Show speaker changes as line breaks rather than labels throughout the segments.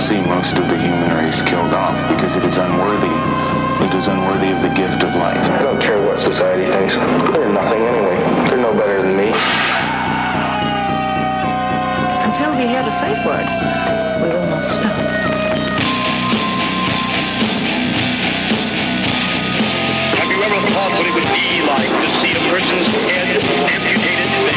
see most of the human race killed off because it is unworthy. It is unworthy of the gift of life.
I don't care what society thinks. They're nothing anyway. They're no better than me.
Until we hear the safe word, we will not stop.
Have you ever thought what it would be like to see a person's head amputated? Think,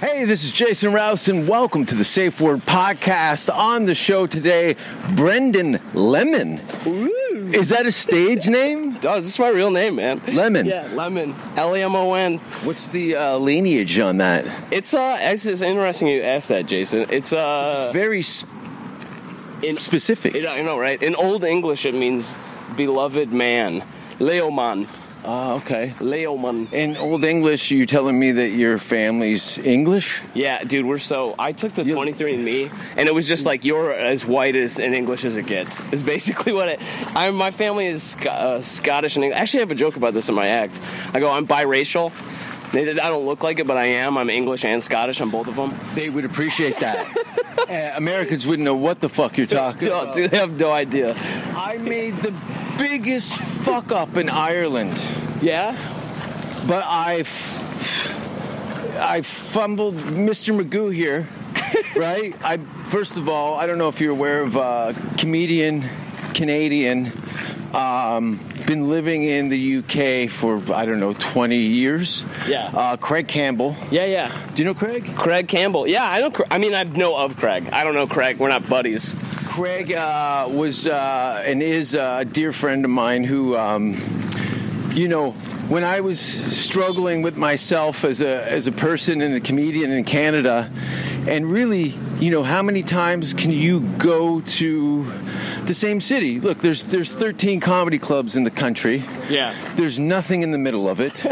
Hey, this is Jason Rouse, and welcome to the Safe Word Podcast. On the show today, Brendan Lemon. Is that a stage name?
Oh, this is my real name, man.
Lemon.
Yeah, Lemon. L E M O N.
What's the uh, lineage on that?
It's uh, it's, it's interesting you asked that, Jason. It's uh,
Very sp-
in,
specific.
it, I know, right? In Old English, it means beloved man. Leoman.
Ah, okay.
Leoman.
In Old English, you telling me that your family's English?
Yeah, dude, we're so. I took the
You-
23andMe, and it was just like you're as white as in English as it gets. Is basically what it. I my family is Sc- uh, Scottish and English. Actually, I have a joke about this in my act. I go, I'm biracial. They, I don't look like it, but I am. I'm English and Scottish. I'm both of them.
They would appreciate that. Uh, Americans wouldn't know what the fuck you're talking
No,
about.
dude, they have no idea.
I made the biggest fuck up in Ireland.
Yeah?
But I, f- I fumbled Mr. Magoo here, right? I first of all, I don't know if you're aware of uh, comedian Canadian. Um, been living in the UK for I don't know 20 years.
Yeah.
Uh, Craig Campbell.
Yeah, yeah.
Do you know Craig?
Craig Campbell. Yeah, I don't. I mean, I know of Craig. I don't know Craig. We're not buddies.
Craig uh, was uh, and is a dear friend of mine who, um, you know, when I was struggling with myself as a as a person and a comedian in Canada, and really, you know, how many times can you go to the same city? Look, there's there's 13 comedy clubs in the country.
Yeah.
There's nothing in the middle of it.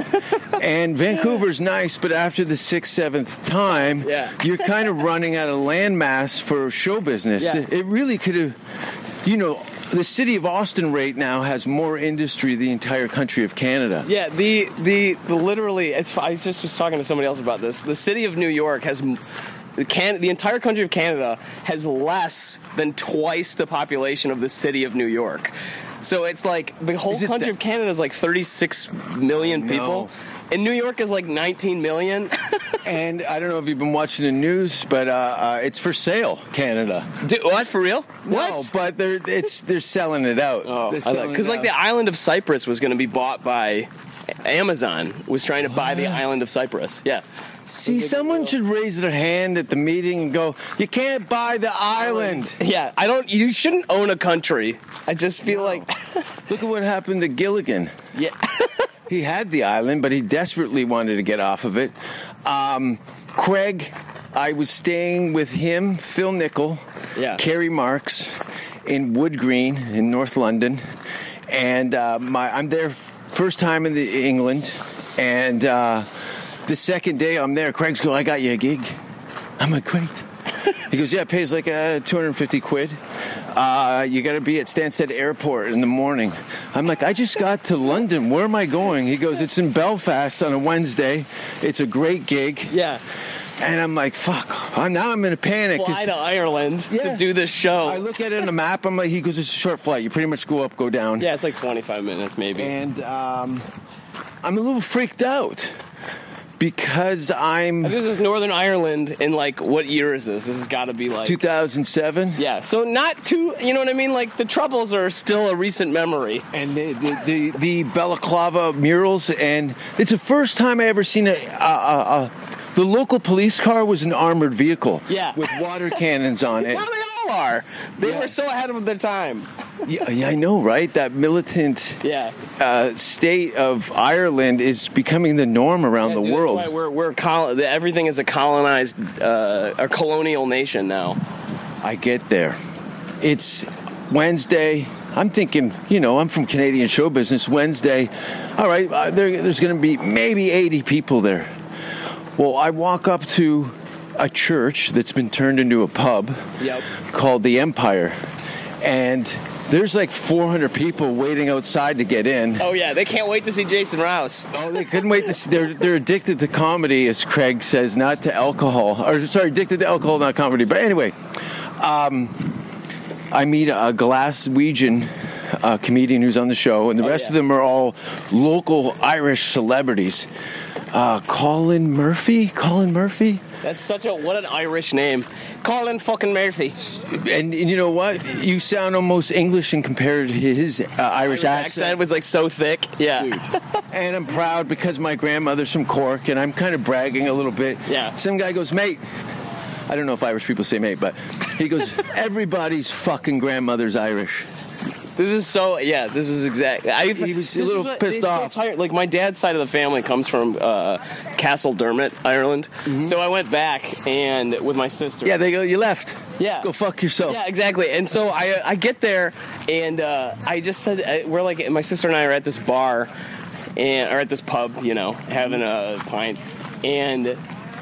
and Vancouver's nice, but after the sixth, seventh time,
Yeah.
you're kind of running out of landmass for show business.
Yeah.
It really could have, you know, the city of Austin right now has more industry than the entire country of Canada.
Yeah, the the, the literally. It's, I just was talking to somebody else about this. The city of New York has. m- The, can, the entire country of Canada has less than twice the population of the city of New York. So it's like the whole
Is it
country
that-
of Canada is Oh, like 36 million
no.
people, and New York is like 19 million.
And I don't know if you've been watching the news, but uh, uh, it's for sale, Canada.
Dude, what for real?
No, but they're it's they're selling it out.
Oh,
They're selling
because
it
like
out.
the island of Cyprus was going to be bought by Amazon was trying to buy the island of Cyprus. Yeah,
See, someone should raise their hand at the meeting and go, "You can't buy the island."
yeah. I don't. You shouldn't own a country. I just feel like
Look at what happened to Gilligan.
yeah.
He had the island, but he desperately wanted to get off of it. Um, Craig, I was staying with him, Phil Nickel,
Yeah.
Carrie Marks, in Wood Green in North London, and uh, my I'm there f- first time in the England, and uh, the second day I'm there, Craig's going, I got you a gig. I'm like, great. He goes, yeah, it pays like uh, 250 quid. Uh, you got to be at Stansted Airport in the morning. I'm like, I just got to London. Where am I going? He goes, it's in Belfast on a Wednesday. It's a great gig.
yeah.
And I'm like, fuck. I'm, now I'm in a panic. 'cause
Fly to Ireland
Yeah.
to do this show.
I look at it on the map. I'm like, he goes, it's a short flight. You pretty much go up, go down.
yeah, it's like 25 minutes maybe.
And um, I'm a little freaked out because I'm
This is Northern Ireland, and like, what year is this? This has got to be like.
2007.
yeah, so not too, you know what I mean? Like, the Troubles are still a recent memory.
and the the, the, the balaclava murals, and it's the first time I ever seen a. a, a, a the local police car was an armored vehicle,
Yeah.
with water cannons on it.
Well, they all are. They were so ahead of their time.
Yeah, yeah, I know, right? That militant
Yeah.
uh, state of Ireland is becoming the norm around
Yeah,
the
dude, that's
world.
why we're we're col- the- everything is a colonized uh, a colonial nation now.
I get there. It's Wednesday. I'm thinking, you know, I'm from Canadian show business. Wednesday, all right, uh, there, there's going to be maybe 80 people there. Well, I walk up to a church that's been turned into a pub
Yep.
called the Empire, and there's like 400 people waiting outside to get in.
Oh yeah, they can't wait to see Jason Rouse.
Oh, they couldn't wait to see. They're, they're addicted to comedy, as Craig says, not to alcohol. Or, sorry, addicted to alcohol, not comedy. But anyway, um, I meet a Glaswegian uh, comedian who's on the show, and the
Oh,
rest
yeah.
of them are all local Irish celebrities. Uh, Colin Murphy? Colin Murphy?
That's such a what an Irish name, Colin fucking Murphy.
And, and you know what? You sound almost English and compared to his uh, Irish,
His accent was like so thick. Yeah,
And I'm proud because my grandmother's from Cork, and I'm kind of bragging a little bit.
Yeah.
Some guy goes, mate. I don't know if Irish people say mate, but he goes, everybody's fucking grandmother's Irish.
this is so. Yeah, this is exact. I,
He was a
this
little
is what-
pissed
he's so
off.
tired. Like my dad's side of the family comes from uh, Castle Dermot, Ireland. So I went back and with my sister.
Yeah, they go, you left.
Yeah.
Go fuck yourself.
Yeah, exactly. And so I I get there and uh, I just said I- we're like my sister and I are at this bar and or at this pub, you know, having a pint and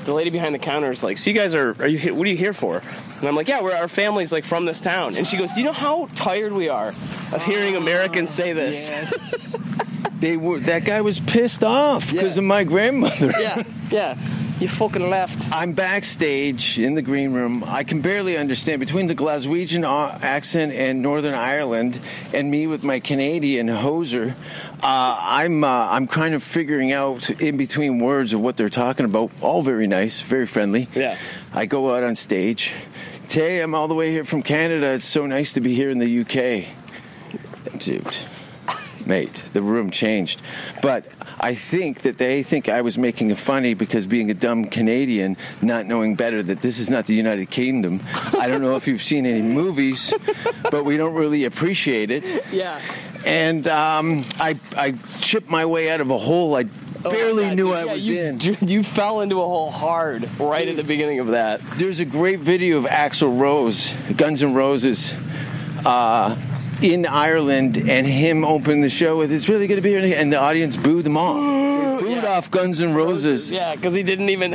the lady behind the counter is like, "So you guys are are you he- what are you here for?" And I'm like, "Yeah, we're our family's like from this town." And she goes, "Do you know how tired we are of hearing Americans say this?"
Yes. they were, that guy was pissed off because of my grandmother.
Yeah. yeah. You fucking left.
I'm backstage in the green room. I can barely understand between the Glaswegian uh, accent and Northern Ireland, and me with my Canadian hoser. Uh, I'm uh, I'm kind of figuring out in between words of what they're talking about. All very nice, very friendly.
Yeah.
I go out on stage. Tay, I'm all the way here from Canada. It's so nice to be here in the UK, dude. Mate, the room changed. But I think that they think I was making it funny because being a dumb Canadian, not knowing better that this is not the United Kingdom. I don't know if you've seen any movies, but we don't really appreciate it.
Yeah.
And um, I, I chipped my way out of a hole I
Oh my
barely
God,
knew
dude,
I
yeah,
was
you,
in.
You fell into a hole hard right at the beginning of that.
There's a great video of Axl Rose, Guns N' Roses, uh, in Ireland, and him opening the show with "It's really good to be here," and the audience booed him off. They booed
Yeah.
off Guns N' Roses,
Yeah, because he didn't even.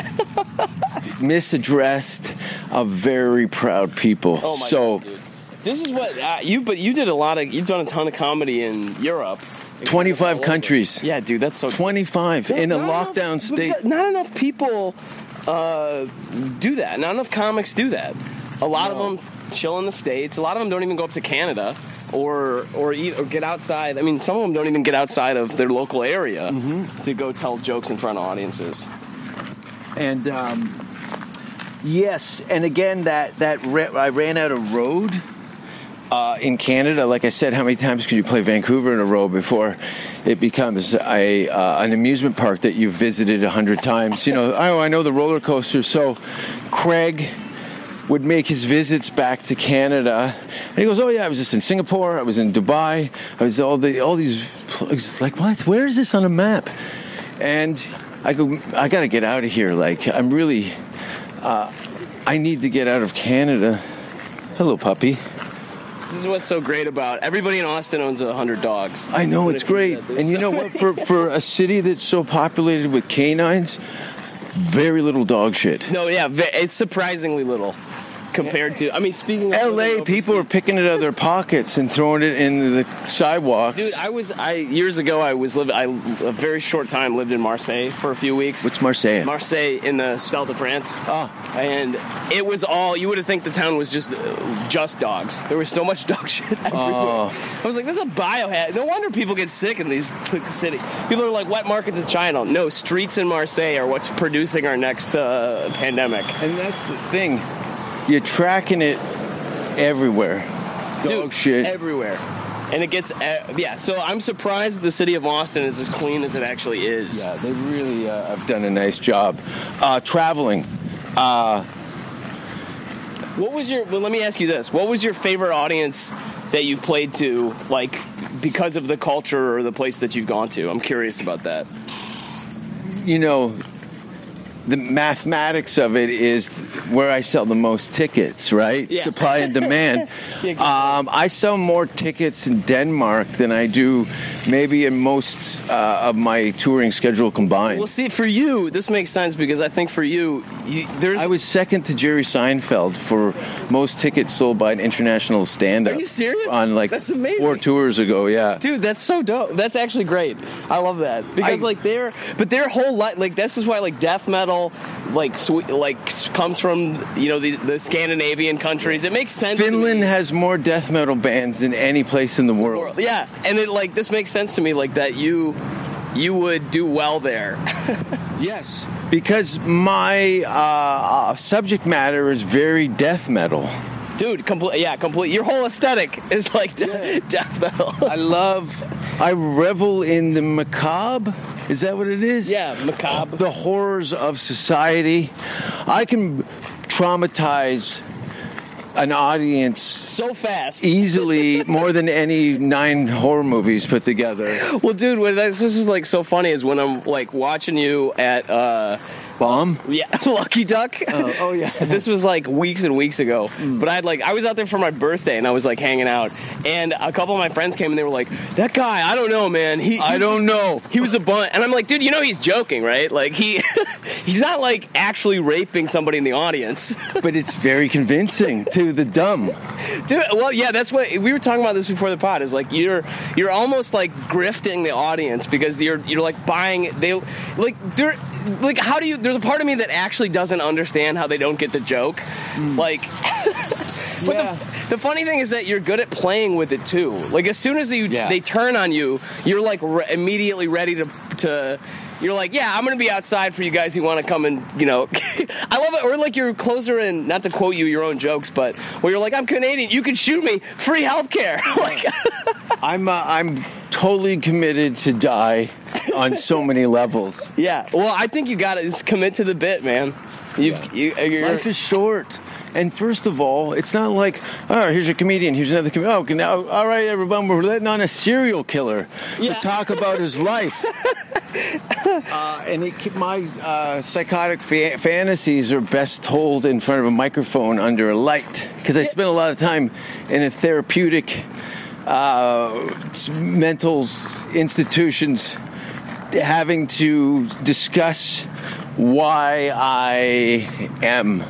misaddressed a very proud people.
Oh my
so,
God, dude. this is what uh, you. But you did a lot of. You've done a ton of comedy in Europe.
25 countries.
Yeah, dude, that's so.
25 in a
Not
lockdown
enough-
state.
Not enough people uh, do that. Not enough comics do that. A lot of them chill in the states. A lot of them don't even go up to Canada or or eat or get outside. I mean, some of them don't even get outside of their local area
Mm-hmm.
to go tell jokes in front of audiences.
And um, yes, and again, that that ra- I ran out of road uh, in Canada. Like I said, how many times can you play Vancouver in a row before it becomes a uh, an amusement park that you've visited a hundred times? You know, oh, I know the roller coaster. So, Craig would make his visits back to Canada, and he goes, "Oh yeah, I was just in Singapore. I was in Dubai. I was all the all these pl- it's like what? Where is this on a map?" And I go, "I got to get out of here. Like I'm really, uh, I need to get out of Canada." Hello, puppy.
This is what's so great about everybody in Austin owns a hundred dogs.
I know it's great,
that,
and you know what? For for a city that's so populated with canines, very little dog shit.
No, yeah, ve- it's surprisingly little compared to. I mean, speaking of
L.A. people are picking it out of their pockets and throwing it into the sidewalks.
Dude, I was I years ago. I was living. I a very short time lived in Marseille for a few weeks.
What's Marseille?
Marseille in the south of France.
Ah.
and it was all you would have think the town was just just dogs. There was so much dog shit everywhere.
Oh.
I was like, this is a biohazard. No wonder people get sick in these cities. People are like, wet markets in China. No, streets in Marseille are what's producing our next uh, pandemic.
And that's the thing. You're tracking it everywhere. Dog
Dude,
shit.
everywhere. And it gets uh, yeah. So I'm surprised the city of Austin is as clean as it actually is.
yeah, they really uh, have done a nice job. Uh, traveling.
What was your? Well, let me ask you this: What was your favorite audience that you've played to, like, because of the culture or the place that you've gone to? I'm curious about that.
You know, the mathematics of it is where I sell the most tickets, right?
Yeah.
Supply and demand.
Yeah, go
um, I sell more tickets in Denmark than I do maybe in most uh, of my touring schedule combined.
Well, see, for you, this makes sense because I think for you, you there's.
I was second to Jerry Seinfeld for most tickets sold by an international stand-up.
Are you serious?
On like
That's amazing.
four tours ago, yeah.
Dude, that's so dope. That's actually great. I love that because
I-
like their, but their whole life, like this is why like death metal, like sweet, like s- comes from you know the, the Scandinavian countries. It makes sense. to me.
Finland has more death metal bands than any place in the world.
Or- yeah, and it like this makes sense to me, like that you, you would do well there.
Yes, because my uh, uh, subject matter is very death metal.
Dude, complete. Yeah, complete. Your whole aesthetic is like de- death metal.
I love, I revel in the macabre. Is that what it is?
yeah, macabre.
The horrors of society. I can traumatize an audience
so fast.
easily more than any nine horror movies put together.
Well, dude, what this this is like so funny is when I'm like watching you at uh
Bomb?
yeah Lucky Duck.
oh, yeah. Mm.
this was like weeks and weeks ago, but I had like I was out there for my birthday and I was like hanging out, and a couple of my friends came and they were like, "That guy, I don't know, man. He,
I
he-
don't know.
He was a bunt, and I'm like, dude, you know he's joking, right? Like he, he's not like actually raping somebody in the audience.
But it's very convincing to the dumb.
Dude, well, yeah, that's what we were talking about this before the pod. Is like you're you're almost like grifting the audience because you're you're like buying they like they're like how do you? There's a part of me that actually doesn't understand how they don't get the joke. Like, but
Yeah.
the, the funny thing is that you're good at playing with it too. Like as soon as they
Yeah.
they turn on you, you're like re- immediately ready to to. You're like, yeah, I'm gonna be outside for you guys who want to come and you know, I love it. Or like your closer in, not to quote you your own jokes, but where you're like, I'm Canadian, you can shoot me, free healthcare. like,
I'm, uh, I'm totally committed to die on so many levels.
yeah. Well, I think you got to just commit to the bit, man. You've you, uh, you're,
Life is short. And first of all, it's not like, all right, here's a comedian, here's another comedian. Oh, okay, now, all right, everyone, we're letting on a serial killer to
Yeah.
talk about his life. uh, and it, keep- my uh, psychotic fa- fantasies are best told in front of a microphone under a light because I spend a lot of time in a therapeutic uh, s- mental institutions having to discuss why I am.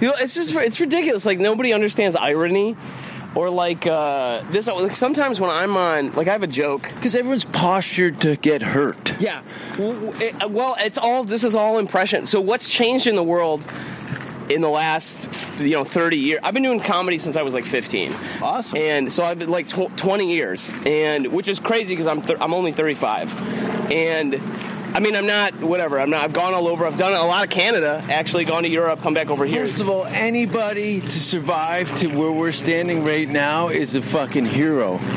You know, it's just it's ridiculous. Like nobody understands irony, or like uh, this. Like sometimes when I'm on, like I have a joke.
Because everyone's postured to get hurt.
Yeah. W- w- it- uh, Well, it's all this is all impression. So what's changed in the world? In the last, you know, thirty years, I've been doing comedy since I was like fifteen.
Awesome.
And so I've been like tw- twenty years, and which is crazy because I'm th- I'm only thirty five, and I mean I'm not whatever. I'm not. I've gone all over. I've done a lot of Canada. Actually, gone to Europe. Come back over here.
First of all, anybody to survive to where we're standing right now is a fucking hero.
Yeah.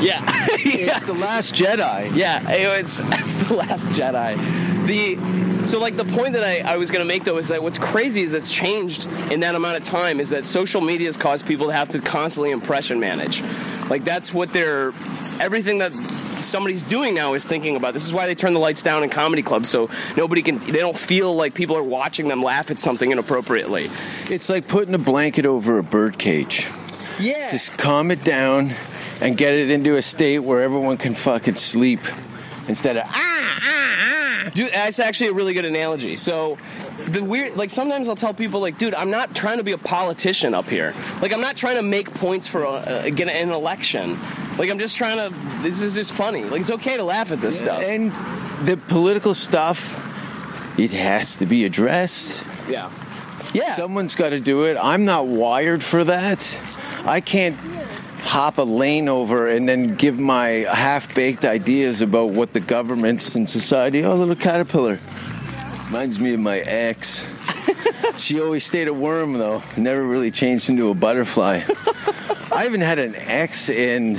yeah.
It's the last Jedi.
Yeah, it- it's it's the Last Jedi. The so like the point that I, I was gonna make though is that what's crazy is that's changed in that amount of time is that social media has caused people to have to constantly impression manage. Like that's what they're everything that somebody's doing now is thinking about. This is why they turn the lights down in comedy clubs so nobody can they don't feel like people are watching them laugh at something inappropriately.
It's like putting a blanket over a birdcage.
Yeah.
Just calm it down and get it into a state where everyone can fucking sleep instead of, ah,
Dude, that's actually a really good analogy. So, the weird, like sometimes I'll tell people, like, dude, I'm not trying to be a politician up here. Like, I'm not trying to make points for a, a, get an election. Like, I'm just trying to. This is just funny. Like, it's okay to laugh at this stuff.
And the political stuff, it has to be addressed.
Yeah. Yeah.
Someone's got to do it. I'm not wired for that. I can't hop a lane over and then give my half baked ideas about what the governments and society. Oh, little caterpillar. Reminds me of my ex. she always stayed a worm, though, never really changed into a butterfly. I haven't had an ex in.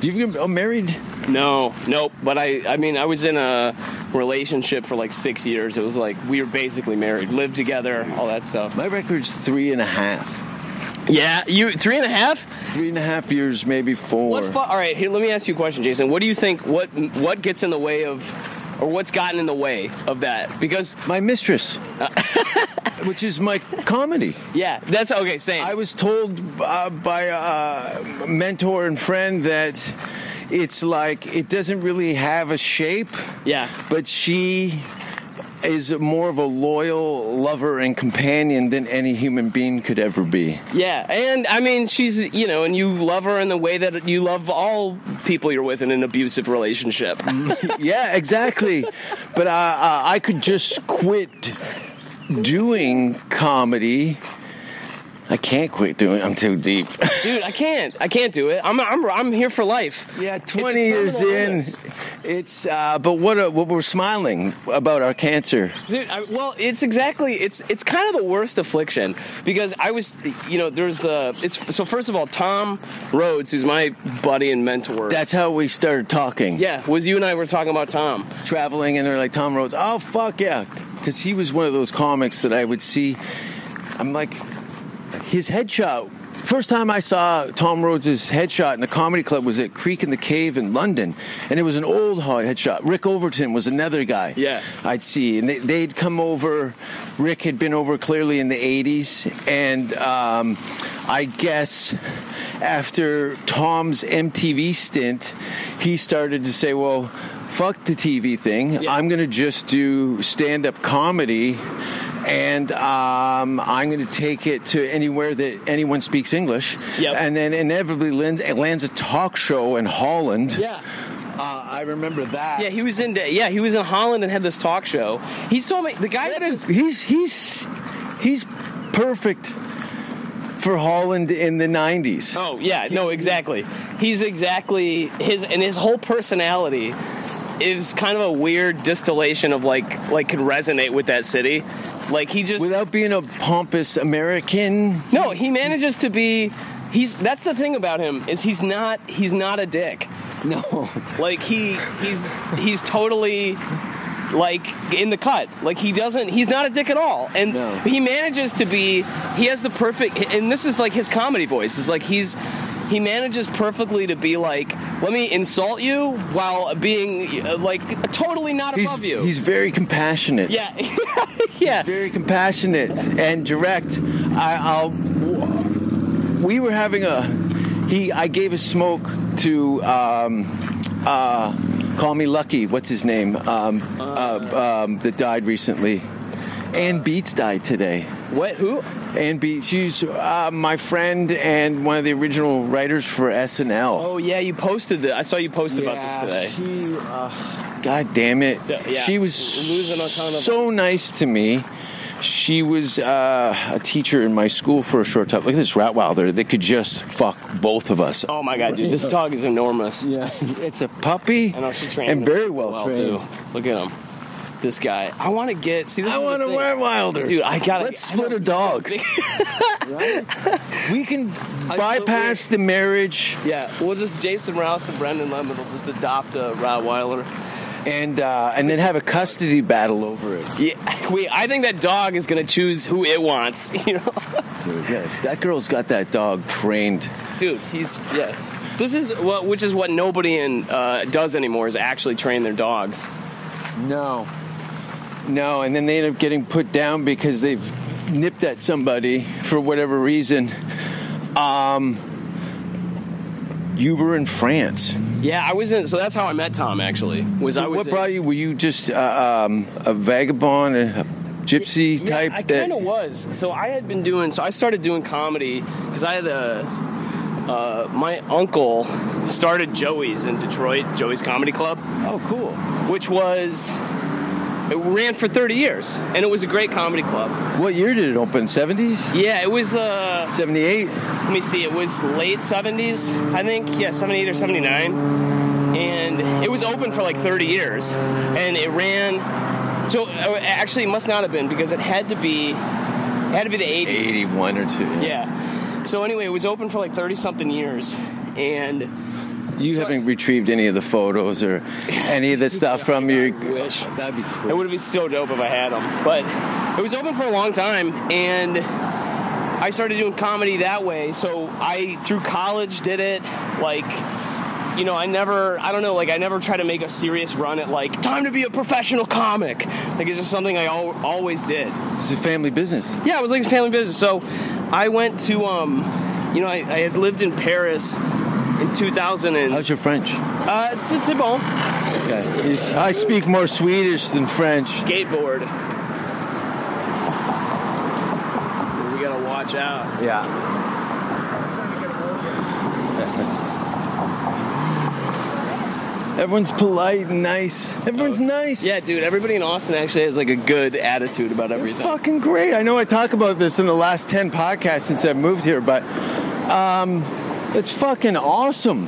Do you get oh, married?
no. Nope. But I. I mean, I was in a relationship for like six years. It was like we were basically married, lived together, all that stuff.
My record's three and a half.
Yeah. You three and a half.
Three and a half years, maybe four.
What fu- all right, here, let me ask you a question, Jason. What do you think? What what gets in the way of or what's gotten in the way of that? Because
My mistress,
Uh,
which is my comedy.
yeah, that's okay. Same.
I was told uh, by a mentor and friend that it's like it doesn't really have a shape.
Yeah.
But she is more of a loyal lover and companion than any human being could ever be.
Yeah, and I mean, she's you know, and you love her in the way that you love all people you're with in an abusive relationship.
yeah, exactly. But uh, uh, I could just quit doing comedy. I can't quit doing. I'm too deep.
Dude, I can't, I can't do it. I'm I'm I'm here for life.
Yeah,
It's a
20 years
terminal
in,
illness.
it's. Uh, but what? A, what we're smiling about our cancer.
Dude, I, well, it's exactly it's it's kind of the worst affliction because I was you know there's uh it's so first of all Tom Rhodes who's my buddy and mentor.
That's how we started talking.
yeah, was you and I were talking about Tom.
traveling, and they're like Tom Rhodes. Oh fuck yeah, because he was one of those comics that I would see. I'm like, his headshot. First time I saw Tom Rhodes' headshot in a comedy club was at Creek in the Cave in London, and it was an old ho- headshot. Rick Overton was another guy.
Yeah.
I'd see, and they, they'd come over. Rick had been over clearly in the '80s, and um, I guess after Tom's MTV stint, he started to say, "Well, fuck the TV thing.
Yeah.
I'm going to just do stand-up comedy." And um, I'm going to take it to anywhere that anyone speaks English,
Yep.
and then inevitably lands, lands a talk show in Holland.
Yeah.
uh, I remember that.
Yeah, he was in yeah, he was in Holland and had this talk show. He told me the guy that is
he's he's he's perfect for Holland in the '90s.
Oh yeah, no, exactly. He's exactly his and his whole personality is kind of a weird distillation of like like could resonate with that city. Like he just
Without being a pompous American,
no, he manages to be. He's that's the thing about him is he's not he's not a dick.
no,
Like he he's he's totally like in the cut. Like he doesn't he's not a dick at all. And
No.
he manages to be he has the perfect and this is like his comedy voice. It's like he's he manages perfectly to be like, let me insult you while being uh, like totally not
he's
above you.
he's very compassionate.
yeah. yeah.
very compassionate and direct. I, I'll. We were having a. He. I gave a smoke to. Um, uh, call me lucky. What's his name? Um, uh, um, that died recently. Ann Beats died today.
What who?
And be she's uh, my friend and one of the original writers for SNL.
Oh yeah, you posted that. I saw you post about this today.
She, uh, God damn it!
So, yeah,
she was
losing a ton of-
so nice to me. She was uh, a teacher in my school for a short time. Look at this Rottweiler that could just fuck both of us.
Oh my god, dude, this dog is enormous.
Yeah, it's a puppy.
I know she trained
and
him
very well,
too.
trained.
Look at him, this guy. I want to get. See, this
I
is the
want a
thing.
Rottweiler,
Dude, I gotta-
Let's
I
split
know-
a dog. we can bypass the marriage.
Yeah, we'll just Jason Rouse and Brendan Lemon will just adopt a Rottweiler.
and uh, and then have a custody battle over it.
Yeah, we. I think that dog is gonna choose who it wants. You know,
That girl's got that dog trained.
dude, he's yeah. This is what, which is what nobody in uh, does anymore is actually train their dogs.
No. No, and then they end up getting put down because they've nipped at somebody for whatever reason. Um, you were in France.
Yeah, I was in. So that's how I met Tom. Actually, was I was
what
in-
brought you? Were you just uh, um, a vagabond, a gypsy
Yeah,
type?
I
that
kind of was. So I had been doing. So I started doing comedy because I had a. Uh, my uncle started Joey's in Detroit, Joey's Comedy Club,
oh, cool.
which was it ran for 30 years, and it was a great comedy club.
What year did it open? Seventies,
Yeah, it was. Uh,
seventy-eight.
let me see, it was late 70s, I think, yeah, 78 or 79. And it was open for like 30 years. And it ran, so uh, actually, it must not have been because it had to be, it had to be the 80s.
Eighty-one or two.
Yeah. So anyway, it was open for like 30 something years. And
You haven't retrieved any of the photos or any of the stuff from your.
I wish.
That'd be
It
cool.
would have been so dope if I had them. But it was open for a long time, and I started doing comedy that way. So I, through college, did it. Like, you know, I never, I don't know, like I never try to make a serious run at like time to be a professional comic. Like it's just something I al- always did.
It's a family business.
Yeah, it was like a family business. So I went to, um, you know, I, I had lived in Paris in 2000 and
How's your French?
uh, c'est c'est bon.
Okay. He's- I speak more Swedish than French.
skateboard. We gotta watch out.
Yeah. Everyone's polite and nice. Everyone's nice.
Yeah, dude, everybody in Austin actually has like a good attitude about everything.
Fucking great. I know I talk about this in the last 10 podcasts since I moved here, but um, it's fucking awesome.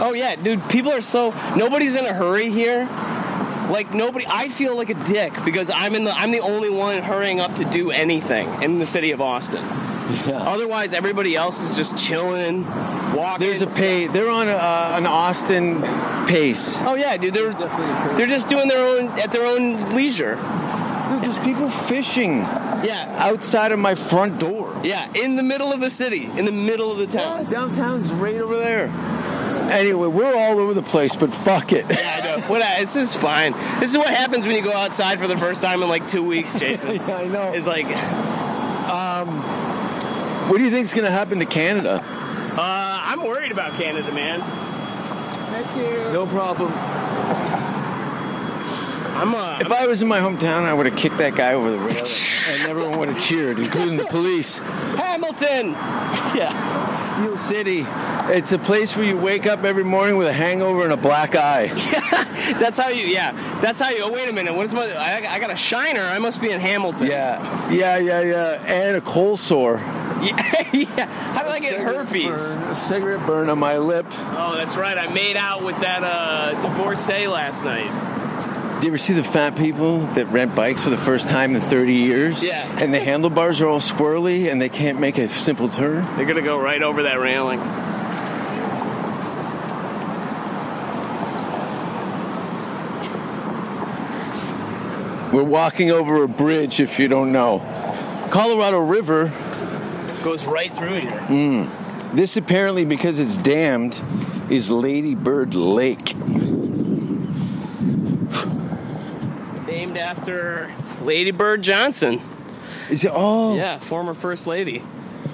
Oh yeah, dude, people are so nobody's in a hurry here. Like nobody I feel like a dick because I'm in the I'm the only one hurrying up to do anything in the city of Austin. Otherwise everybody else is just chilling, walking.
There's a pay. They're on a, uh, an Austin pace.
Oh yeah, dude, they're they're just doing their own at their own leisure.
Dude, there's people fishing
Yeah.
outside of my front door.
Yeah, in the middle of the city, in the middle of the town.
Downtown's right over there. Anyway, we're all over the place, but fuck it.
I know. What I- it's just fine. This is what happens when you go outside for the first time in like two weeks, Jason.
Yeah, I know.
It's like uh,
What do you think's gonna happen to Canada?
I'm worried about Canada, man.
No problem.
I'm uh,
If I was in my hometown, I would have kicked that guy over the railing, and everyone would have cheered, including the police.
Hamilton. Yeah.
Steel City. It's a place where you wake up every morning with a hangover and a black eye.
That's how you. Yeah. That's how you. Oh wait a minute. What is my? I, I got a shiner. I must be in Hamilton.
Yeah, yeah, yeah, yeah. And a cold sore.
Yeah. yeah. How did I get herpes?
Burn, a cigarette burn on my lip.
Oh, that's right. I made out with that uh, divorcee last night.
Do you ever see the fat people that rent bikes for the first time in 30 years?
Yeah.
And the handlebars are all squirrely and they can't make a simple turn?
They're gonna go right over that railing.
We're walking over a bridge if you don't know. Colorado River
Goes right through here.
This apparently, because it's dammed, is Lady Bird Lake.
named after Lady Bird Johnson.
Is it? Oh,
Yeah, former first lady.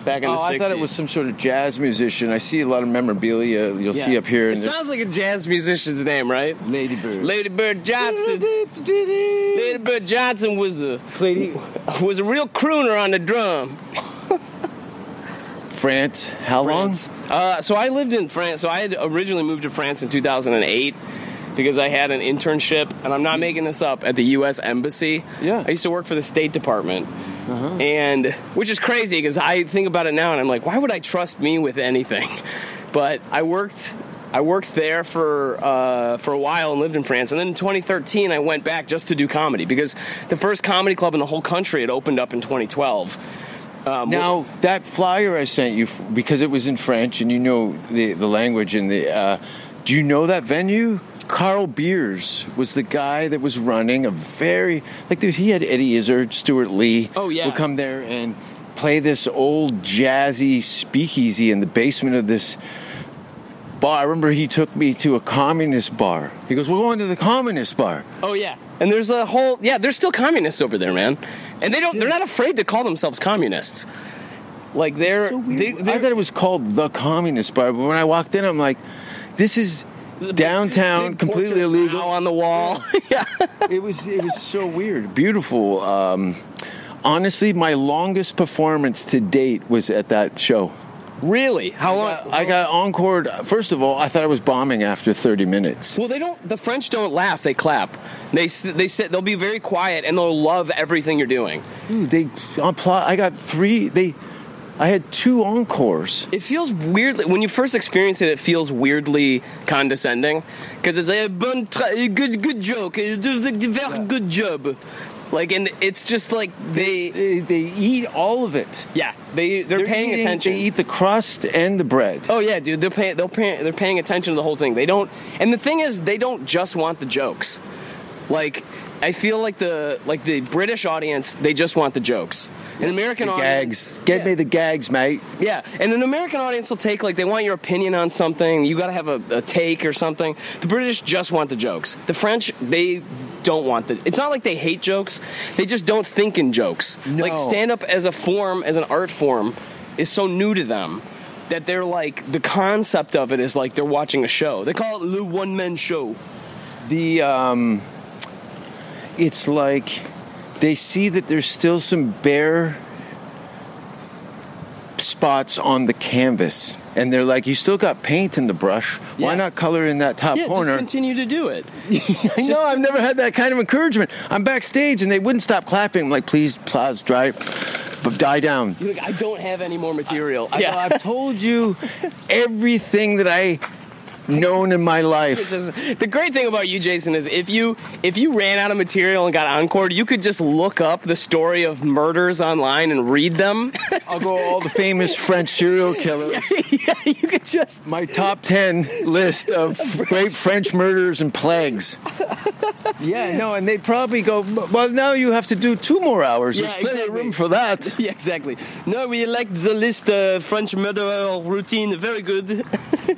Back in
Oh,
the 60s.
I thought it was some sort of jazz musician. I see a lot of memorabilia you'll
Yeah.
see up here.
It
and
sounds like a jazz musician's name, right?
Lady Bird.
Lady Bird Johnson. Lady Bird Johnson was a
Lady
was a real crooner on the drum.
France. How long?
Uh, so I lived in France. So I had originally moved to France in 2008 because I had an internship, and I'm not making this up, at the U.S. Embassy.
Yeah. Uh-huh.
I used to work for the State Department. And which is crazy because I think about it now and I'm like, why would I trust me with anything? But I worked, I worked there for uh, for a while and lived in France. And then in 2013, I went back just to do comedy because the first comedy club in the whole country had opened up in 2012. Um,
Now that flyer I sent you f- because it was in French and you know the the language and the. Uh, do you know that venue? Carl Beers was the guy that was running a very like dude. He had Eddie Izzard, Stuart Lee.
Oh, yeah.
would come there and play this old jazzy speakeasy in the basement of this bar. I remember he took me to a communist bar. He goes, "We're going to the communist bar."
Oh yeah, and there's a whole yeah. There's still communists over there, man, and they don't. They're not afraid to call themselves communists. Like they're
I
they, they're
thought it was called the Communist Bar, but when I walked in, I'm like, this is downtown,
big
completely
portrait of Mao
illegal.
on the wall. yeah,
It was it was so weird, beautiful. Um, honestly, my longest performance to date was at that show.
really? How long?
I got encored. First of all, I thought I was bombing after 30 minutes.
well, they don't. The French don't laugh. They clap. They s- they sit. They'll be very quiet and they'll love everything you're doing.
Dude, they on plot. I got three. They, I had two encores.
It feels weirdly when you first experience it. It feels weirdly condescending because it's a bon tra- a good good joke, a very good job. Like and it's just like they
They, they eat all of it.
Yeah, they they're, paying
eating-
attention.
They eat the crust and the bread.
Oh yeah, dude, they're paying they'll pay, they're paying attention to the whole thing. They don't, and the thing is, they don't just want the jokes. Like, I feel like the like the British audience, they just want the jokes. An American
The
audience,
gags. Get
yeah.
me the gags, mate.
Yeah, and an American audience will take like they want your opinion on something. You got to have a, a take or something. The British just want the jokes. The French they don't want the. It's not like they hate jokes. They just don't think in jokes.
No.
Like stand up as a form, as an art form, is so new to them that they're like the concept of it is like they're watching a show. They call it le one man show.
the um, it's like they see that there's still some bare spots on the canvas and they're like you still got paint in the brush why
Yeah.
not color in that top
Yeah, just
corner
continue to do it.
I know I've never had that kind of encouragement I'm backstage and they wouldn't stop clapping I'm like please pause dry but die down
You're like I don't have any more material. I,
yeah. I've told you everything that I known in my life
It's just- the great thing about you, Jason, is if you if you ran out of material and got encored, you could just look up the story of murders online and read them.
I'll go all the famous French serial killers
yeah, you could just.
my top 10 list of great French murders and plagues. yeah, no, and they probably go, well, now you have to do two more hours.
Yeah,
There's plenty of
exactly.
room for that.
Yeah, exactly. No, we elect the list uh, French murderer routine. Very good.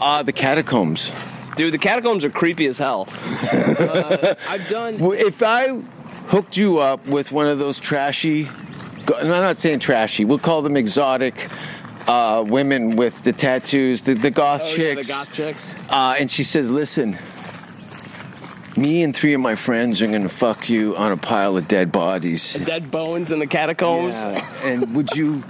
Ah, the catacombs.
Dude, the catacombs are creepy as hell. Uh, I've done.
Well, If I hooked you up with one of those trashy, go- and I'm not saying trashy, we'll call them exotic. Uh, women with the tattoos, the, Oh, the goth chicks.
chicks.
Uh, and she says, Listen, me and three of my friends are going to fuck you on a pile of dead bodies.
Dead bones in the catacombs.
Yeah, and would you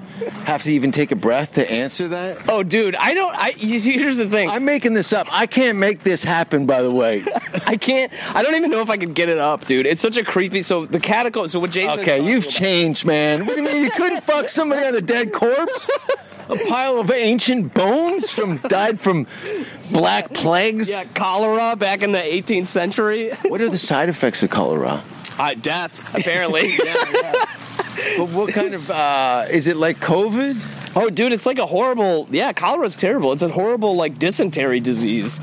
have to even take a breath to answer that?
Oh, dude, I don't. I you see, here's the thing.
I'm making this up. I can't make this happen, by the way.
I can't. I don't even know if I could get it up, dude. It's such a creepy. So the catacomb. So what Jason? is
Okay,
talking
you've
about-
changed, man. What do you mean you couldn't fuck somebody on a dead corpse? A pile of ancient bones from died from black plagues.
Yeah, cholera back in the 18th century.
What are the side effects of cholera?
Uh, death, apparently.
But what kind of uh, is it like COVID?
Oh, dude, it's like a horrible. Yeah, cholera's terrible. It's a horrible like dysentery disease.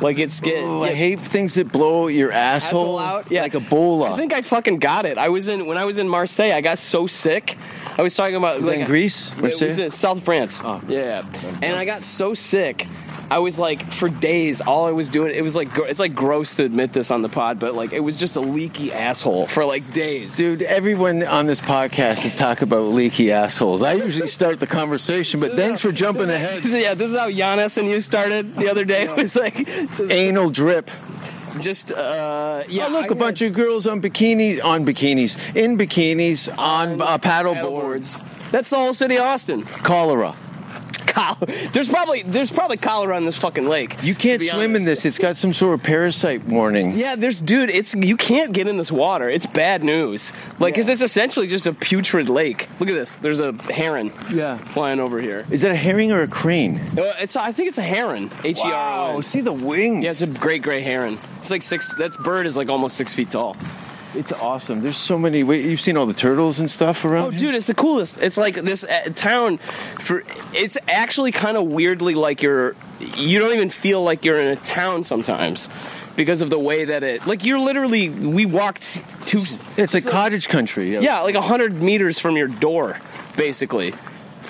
Like it's get.
Oh,
yeah,
I hate things that blow your asshole,
asshole out. Yeah.
like Ebola.
I think I fucking got it. I was in when I was in Marseille. I got so sick. I was talking about
was that in Greece? Oh.
It was in South France. Yeah, and I got so sick. I was like, for days, all I was doing, it was like, gr- it's like gross to admit this on the pod, but like, it was just a leaky asshole for like days.
Dude, everyone on this podcast is talking about leaky assholes. I usually start the conversation, but thanks for jumping ahead.
So, yeah, this is how Giannis and you started the other day. It was like, just,
Anal drip.
just uh, yeah.
oh, look, a bunch of girls on bikinis, on bikinis, in bikinis, on uh, paddle boards.
That's the whole city of Austin.
Cholera.
Col- there's probably there's probably cholera on this fucking lake.
You can't
to be
swim in
honest.
this. It's got some sort of parasite warning.
Yeah, there's dude. It's you can't get in this water. It's bad news. Like, cause it's essentially just a putrid lake. Look at this. There's a heron.
Yeah.
flying over here.
Is that a herring or a crane?
Uh, It's I think it's a heron. H e r o
Wow,
n.
see the wings.
Yeah, it's a great gray heron. It's like six. That bird is like almost six feet tall.
it's awesome. There's so many. Wait, you've seen all the turtles and stuff around?
Oh,
here?
dude, it's the coolest. It's like this uh, town. For it's actually kind of weirdly like you're. You don't even feel like you're in a town sometimes, because of the way that it. Like you're literally. We walked two.
It's a cottage country.
Yeah, like hundred meters from your door, basically,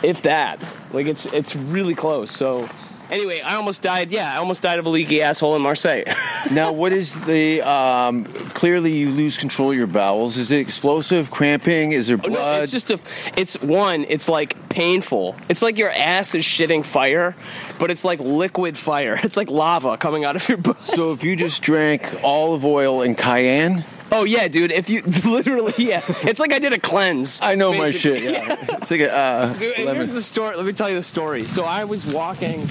if that. Like it's it's really close. So, anyway, I almost died. Yeah, I almost died of a leaky asshole in Marseille.
Now, what is the? Um, clearly, you lose control of your bowels. Is it explosive, cramping? Is there blood?
Oh, no, it's just a. It's one. It's like painful. It's like your ass is shitting fire, but it's like liquid fire. It's like lava coming out of your butt.
so, if you just drank olive oil and cayenne,
oh yeah, dude. If you literally, yeah, it's like I did a cleanse.
I know my
basically.
shit. Yeah. it's like a uh,
Dude, and
lemon.
here's the story. Let me tell you the story. So I was walking.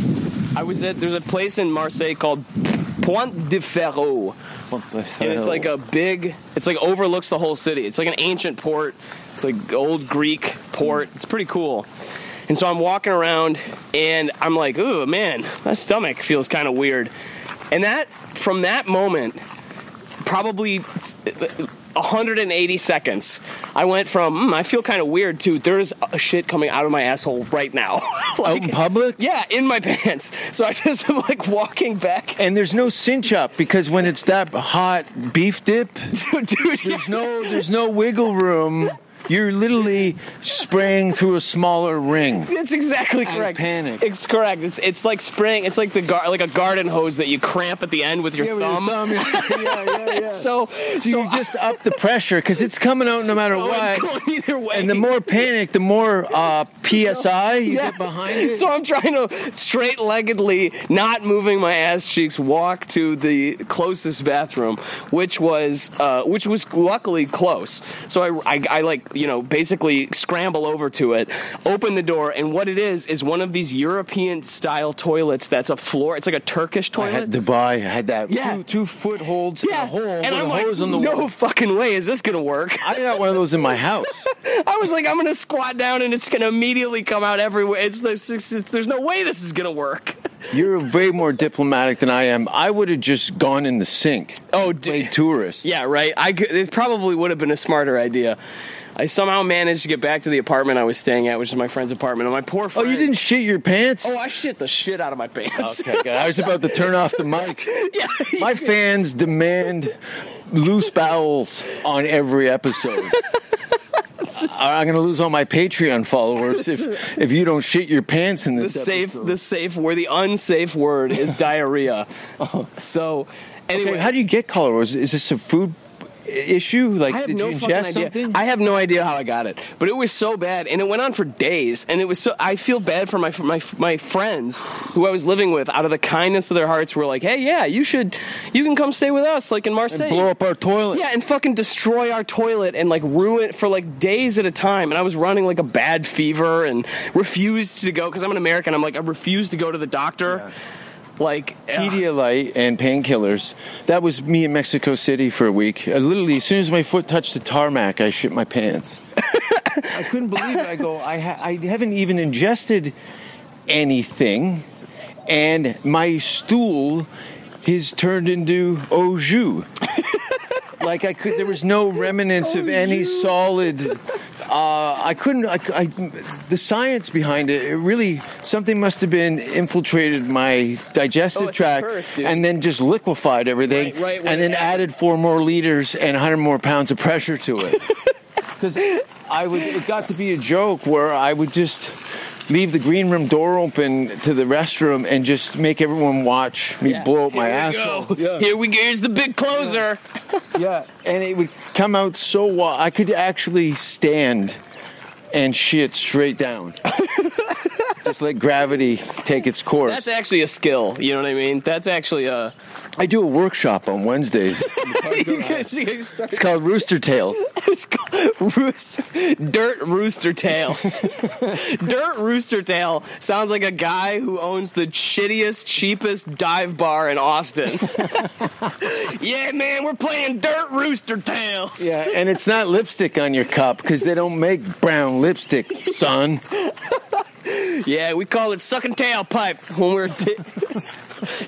I was at there's a place in Marseille called Pointe de Ferro, and it's like a big. It's like overlooks the whole city. It's like an ancient port, like old Greek port. It's pretty cool. And so I'm walking around, and I'm like, ooh man, my stomach feels kind of weird. And that from that moment, probably 180 seconds, I went from mm, I feel kind of weird to there's a shit coming out of my asshole right now.
Out in public?
Yeah, in my pants. So I just am like walking back.
And there's no cinch up because when it's that hot beef dip,
Dude, dude, yeah.
there's no there's no wiggle room. You're literally spraying through a smaller ring.
That's exactly correct.
panic.
It's correct. It's it's like spraying. It's like the gar- like a garden hose that you cramp at the end with your thumb.
yeah, yeah, yeah. So,
So so
you just up the pressure because it's coming out no matter
I, oh, it's
what.
going either way.
And the more panic, the more uh, PSI you
Yeah.
get behind it.
So I'm trying to straight leggedly, not moving my ass cheeks, walk to the closest bathroom, which was uh, which was luckily close. So I, I I like you know basically scramble over to it, open the door, and what it is is one of these European style toilets that's a floor. It's like a Turkish
I
toilet.
had Dubai. I had that
Yeah.
two, two footholds
yeah,
in a hole
and
with
I'm
a
like,
hose on the
no
wall.
fucking way is this gonna work.
I got one of those in my house.
I was like, I'm gonna squat down and it's gonna immediately come out everywhere. It's, there's, it's- there's no way this is gonna work.
You're way more diplomatic than I am. I would have just gone in the sink.
Oh,
played
dude.
tourist.
Yeah, right. I could, it probably would have been a smarter idea. I somehow managed to get back to the apartment I was staying at, which is my friend's apartment. And my poor
Oh,
friend.
you didn't shit your pants?
Oh, I shit the shit out of my pants.
Okay, good. I was about to turn off the mic.
yeah.
My fans demand loose bowels on every episode. I- I'm going to lose all my Patreon followers if, if you don't shit your pants in
the
this
safe,
episode.
the safe word, the unsafe word is diarrhea. Oh. So, anyway,
Okay, how do you get cholera? Is, is this a food issue? Like,
I have
did
no
you
fucking
ingest
idea.
something?
I have no idea how I got it, but it was so bad, and it went on for days. And it was so. I feel bad for my my my friends who I was living with. Out of the kindness of their hearts, were like, "Hey, yeah, you should, you can come stay with us, like in Marseille."
Blow up our toilet.
yeah, and fucking destroy our toilet and like ruin it for like days at a time. And I was running like a bad fever and refused to go because I'm an American. I'm like, I refuse to go to the doctor. Like, ugh.
Pedialyte and painkillers. That was me in Mexico City for a week. I literally, as soon as my foot touched the tarmac, I shit my pants. I couldn't believe it. I go, I, ha- I haven't even ingested anything, and my stool has turned into au jus. like I could, there was no remnants of any solid. Uh, I couldn't. I, I, the science behind it, it really something must have been infiltrated my digestive
Oh, it's a
tract,
curse, dude.
and then just liquefied everything,
Right, right, when
and then
it happened.
added four more liters and 100 more pounds of pressure to it. Because I would, it got to be a joke where I would just leave the green room door open to the restroom and just make everyone watch me
Yeah.
blow up my
uh, Here we
asshole.
go. Here we go. Here's the big closer.
Yeah, and it would come out so wide. I could actually stand and shit straight down. Just let gravity take its course.
That's actually a skill. You know what I mean? That's actually a.
I do a workshop on Wednesdays.
you guys, you guys start,
It's called Rooster Tales.
it's called rooster, dirt rooster tails. dirt rooster tail sounds like a guy who owns the shittiest, cheapest dive bar in Austin. yeah, man, we're playing dirt rooster tails.
Yeah, and it's not lipstick on your cup because they don't make brown lipstick, son.
Yeah, we call it sucking tailpipe when we're t-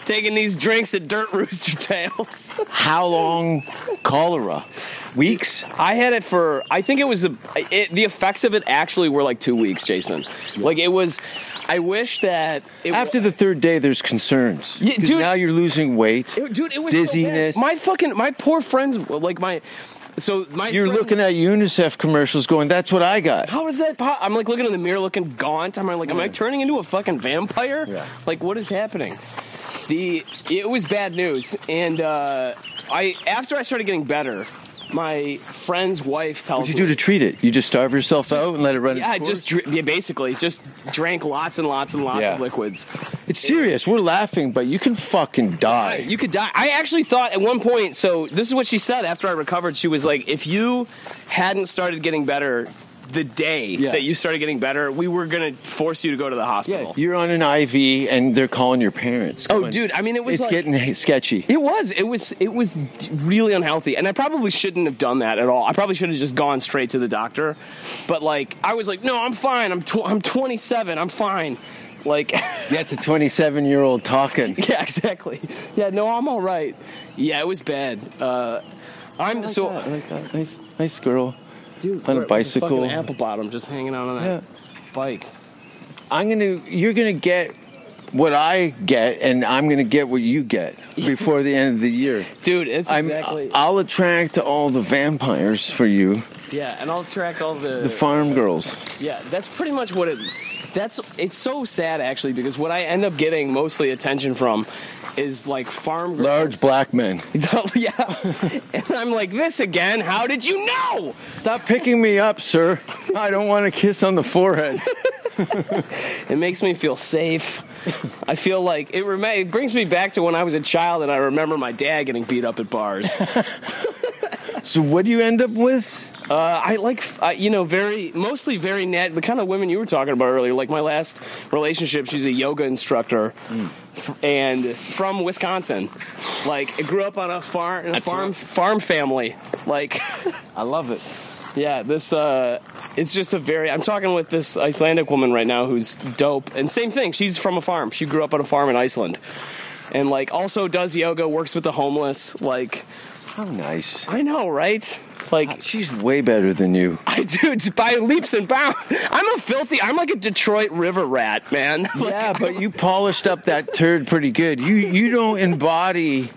taking these drinks at dirt rooster tails.
How long cholera? Weeks?
I had it for I think it was the it, the effects of it actually were like two weeks, Jason. Like it was. I wish that it,
After the third day, there's concerns.
Yeah,
'Cause
dude.
now you're losing weight.
It- dude, it was so bad.
dizziness.
my fucking my poor friends like my so my
you're
friends-
looking at UNICEF commercials going, that's what I got.
How is that? Po- I'm like looking in the mirror, looking gaunt. I'm like, am I turning into a fucking vampire?
Yeah.
Like, what is happening? The it was bad news, and uh, I after I started getting better, my friend's wife tells
What'd you
me,
do to treat it? You just starve yourself out and let it run
yeah, I
its course?
just dr- yeah, basically just drank lots and lots and lots
Yeah.
of liquids.
It's serious. We're laughing, but you can fucking die.
You could die. I actually thought at one point, so this is what she said after I recovered. She was like, if you hadn't started getting better the day
Yeah.
that you started getting better, we were going to force you to go to the hospital.
yeah, you're on an IV and they're calling your parents.
Oh,
going,
dude, I mean, it was
It's
like-
getting sketchy.
it was. It was. It was d- really unhealthy, and I probably shouldn't have done that at all. I probably should have just gone straight to the doctor. But like, I was like, "No, I'm fine. I'm tw- I'm 27. I'm fine." Like,
That's a 27 year old talking.
yeah, exactly. Yeah, no, I'm all right. Yeah, it was bad. Uh, I'm
like
so
that, I like that. Nice, nice girl.
dude
On a
we're- we're
bicycle.
fucking apple bottom, just hanging out on that bike.
I'm gonna. You're gonna get what I get, and I'm gonna get what you get before the end of the year.
Dude, it's
I'm, uh,
exactly
I'll attract all the vampires for you,
yeah, and I'll track all the,
the farm girls.
yeah. That's pretty much what it. That's it's so sad actually because what I end up getting mostly attention from is like farm girls.
Large black men.
yeah, and I'm like this again. How did you know?
Stop picking me up, sir. I don't want a kiss on the forehead.
It makes me feel safe. I feel like it, rem- it brings me back to when I was a child and I remember my dad getting beat up at bars.
So, what do you end up with?
Uh, I like, f- uh, you know, very, mostly very net, the kind of women you were talking about earlier. Like my last relationship, she's a yoga instructor f- and from Wisconsin. Like, I grew up on a farm, a farm, farm family. Like,
I love it.
yeah, this, uh, it's just a very, I'm talking with this Icelandic woman right now who's dope. And same thing, she's from a farm. She grew up on a farm in Iceland. And like, also does yoga, works with the homeless. Like,
How nice.
I know, right? Like,
She's way better than you.
I do by leaps and bounds. I'm a filthy. I'm like a Detroit river rat, man. Like,
Yeah, but you polished up that turd pretty good. You you don't embody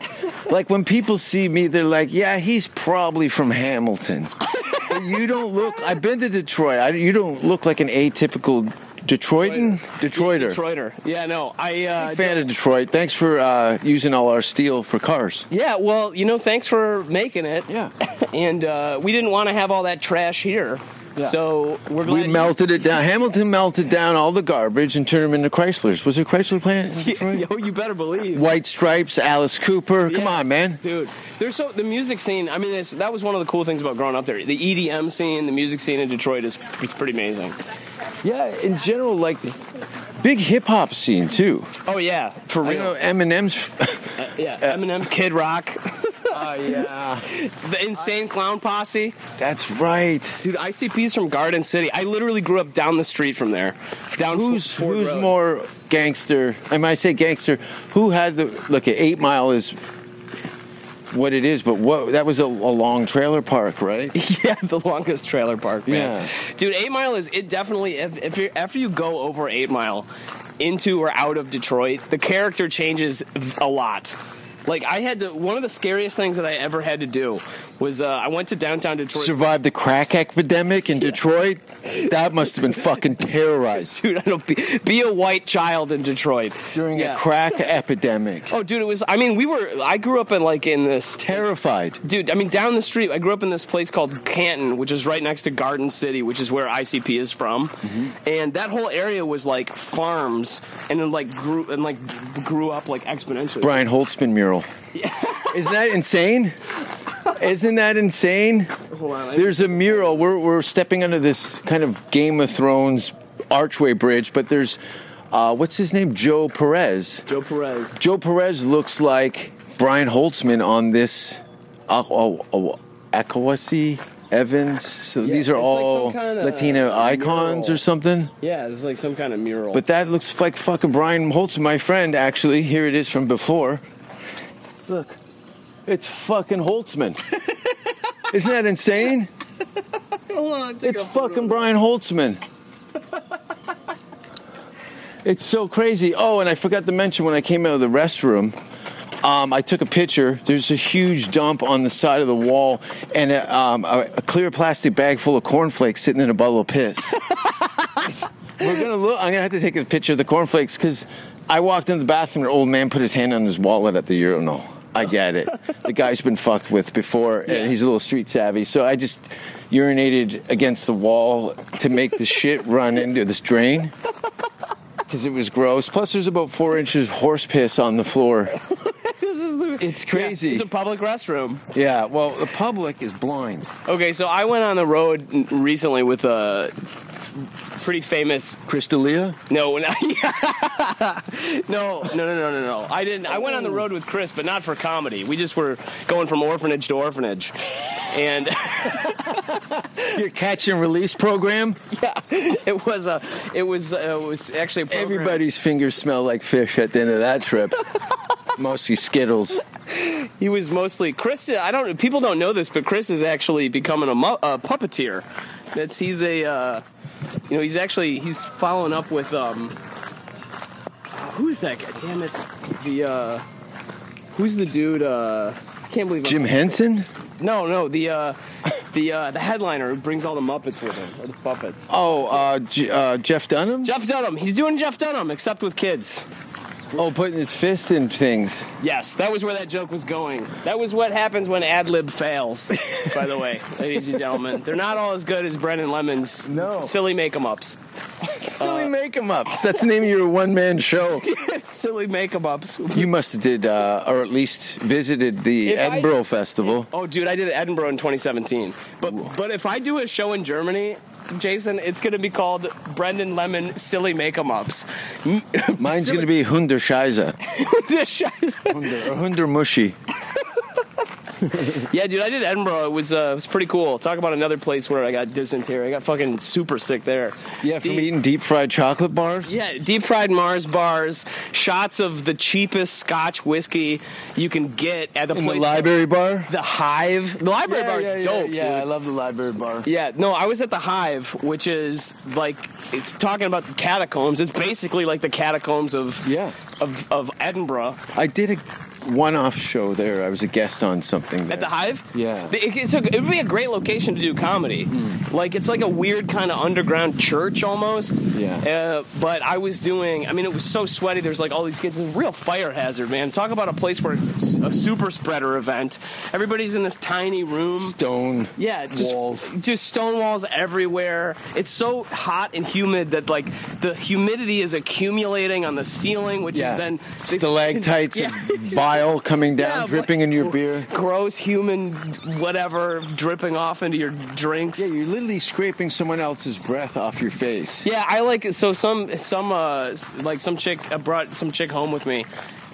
like when people see me, they're like, yeah, he's probably from Hamilton. But you don't look. I've been to Detroit. I, you don't look like an atypical Detroitan. Detroiter.
Detroiter. Yeah, no, I. Uh,
Fan of Detroit. Thanks for uh, using all our steel for cars.
yeah, well, you know, thanks for making it.
Yeah.
and uh, we didn't want to have all that trash here, so we're glad
We
you-
melted it down. Hamilton melted down all the garbage and turned them into Chryslers. Was there a Chrysler plant in
Yeah,
Detroit?
yo, you better believe.
White Stripes, Alice Cooper. Come
Yeah.
on, man.
Dude, there's so the music scene. I mean, it's, that was one of the cool things about growing up there. The EDM scene, the music scene in Detroit is is pretty amazing.
Yeah, in general, like big hip hop scene too.
Oh yeah, for
I
real.
know Eminem's.
Uh, yeah, Eminem, Kid Rock,
Oh yeah,
the Insane Clown Posse.
that's right.
Dude, ICP's from Garden City. I literally grew up down the street from there. Down
Who's
Ford
who's
Road.
more gangster? I mean, I say gangster. Who had the look? At Eight Mile is what it is, but what that was a, a long trailer park, right?
yeah, the longest trailer park, man. Dude, 8 Mile is it definitely if if you after you go over 8 Mile into or out of Detroit, the character changes v- a lot. Like I had to one of the scariest things that I ever had to do was uh, I went to downtown Detroit.
Survived the crack epidemic in Detroit. That must have been fucking terrorized
Dude, I don't be, be a white child in Detroit
during
Yeah.
a crack epidemic.
Oh, dude, it was. I mean, we were. I grew up in like in this
Terrified.
dude i mean down the street i grew up in this place called canton which is right next to garden city which is where icp is from
Mm-hmm.
and that whole area was like farms and then like grew and like b- grew up like exponentially
Brian Holtzman mural. Isn't that insane? Isn't that insane?
Hold on, I-
There's a mural. We're, we're stepping under this kind of Game of Thrones archway bridge, but there's, uh, what's his name? Joe Perez.
joe perez
Joe Perez looks like Brian Holtzman on this uh, oh, oh, Akawasi Evans. So
Yeah,
these are
it's like
all
some kinda
Latino icons
mural.
or something.
yeah it's like some kind of mural
But that looks like fucking Brian Holtzman, my friend, actually. Here it is from before. Look, it's fucking Holtzman. Isn't that insane?
hold on
It's fucking Brian Holtzman. It's so crazy. Oh, and I forgot to mention when I came out of the restroom, um, I took a picture. There's a huge dump on the side of the wall and a, um, a, a clear plastic bag full of cornflakes sitting in a bottle of piss. We're gonna look. I'm gonna have to take a picture of the cornflakes because I walked in the bathroom. and An old man put his hand on his wallet at the urinal. I get it. the guy's been fucked with before, and he's a little street savvy. So I just urinated against the wall to make the shit run into this drain because it was gross. Plus, there's about four inches of horse piss on the floor.
this is the,
It's crazy.
Yeah, it's a public restroom
Yeah. Well, the public is blind.
okay so i went on the road n- recently with a pretty famous
Crystalia.
No, no, no, no, no, no, no, no. I didn't. I went on the road with Chris, but not for comedy. We just were going from orphanage to orphanage, and
Your catch and release program.
yeah, it was a, it was, uh, it was actually a program.
Everybody's fingers smell like fish at the end of that trip. Mostly Skittles.
He was mostly Chris. I don't. People don't know this, but Chris is actually becoming a, mu- a puppeteer. That's he's a. Uh, you know, he's actually he's following up with um. Who is that guy? Damn it, the uh, who's the dude? Uh, I can't believe I'm-
Jim Henson?
No, no, the uh, the uh, the headliner who brings all the Muppets with him or the puppets.
Oh, uh, J- uh, Jeff Dunham?
Jeff Dunham. He's doing Jeff Dunham, except with kids.
Oh, putting his fist in things.
Yes, that was where that joke was going. That was what happens when ad lib fails, by the way, ladies and gentlemen. They're not all as good as Brendan Lemon's
No.
silly make em ups.
Silly make 'em ups. Uh, That's the name of your one man show.
silly make em ups.
You must have did, uh, or at least visited the
If I-
Edinburgh Festival.
Oh, dude, I did Edinburgh in 2017. But but if I do a show in Germany, Jason, it's going to be called Brendan Lemon Silly Make em ups.
Mine's going to be Hunderscheiße or Hundermuschi.
Yeah, dude, I did Edinburgh. It was uh, it was pretty cool. Talk about another place where I got dysentery. I got fucking super sick there.
Yeah, from
The-
eating deep fried chocolate bars.
Yeah, deep fried Mars bars, shots of the cheapest Scotch whiskey you can get at the
In the
place.
library bar.
The Hive. The library bar is dope,
Yeah, I
dude.
love the library bar.
Yeah, no, I was at the Hive, which is like it's talking about the catacombs. It's basically like the catacombs of
Yeah.
of, of Edinburgh.
I did a one-off show there. I was a guest on something. There.
At the Hive?
Yeah. Hmm.
It, it's a, it would be a great location to do comedy. Like, it's like a weird kind of underground church almost.
Yeah.
Uh, but I was doing, I mean, it was so sweaty. There's like all these kids. It's a real fire hazard, man. Talk about a place where it's a super spreader event. Everybody's in this tiny room.
Stone.
Yeah, just
Walls.
just stone walls everywhere. It's so hot and humid that like the humidity is accumulating on the ceiling, which
Yeah.
is then
stalactites
Yeah.
and bile coming down,
Yeah, but- Oh.
dripping in your beer.
gross human whatever dripping off into your drinks.
Yeah,
Yeah,
you're literally scraping someone else's breath off your face.
I like so some some uh s- like some chick I brought some chick home with me,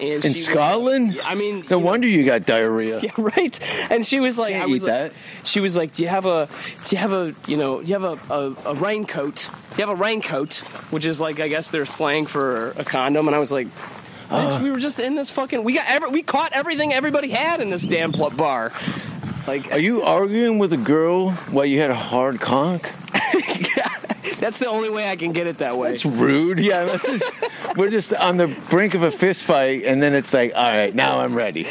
and she
In
was-
Scotland?
I mean,
No
you know-
wonder you got diarrhea.
Yeah, right. And she was like,
Can't
I was
eat that.
like, she was like, do you have a, do you have a, you know, do you have a, a, a raincoat? Do you have a raincoat? Which is like, I guess their slang for a condom. And I was like,
Uh.
bitch, we were just in this fucking, we got every, we caught everything everybody had in this damn pl- bar. Like,
Are you arguing with a girl while you had a hard conk?
that's the only way I can get it that way.
It's rude. Yeah, this is. we're just on the brink of a fist fight, and then it's like, all right, now I'm ready.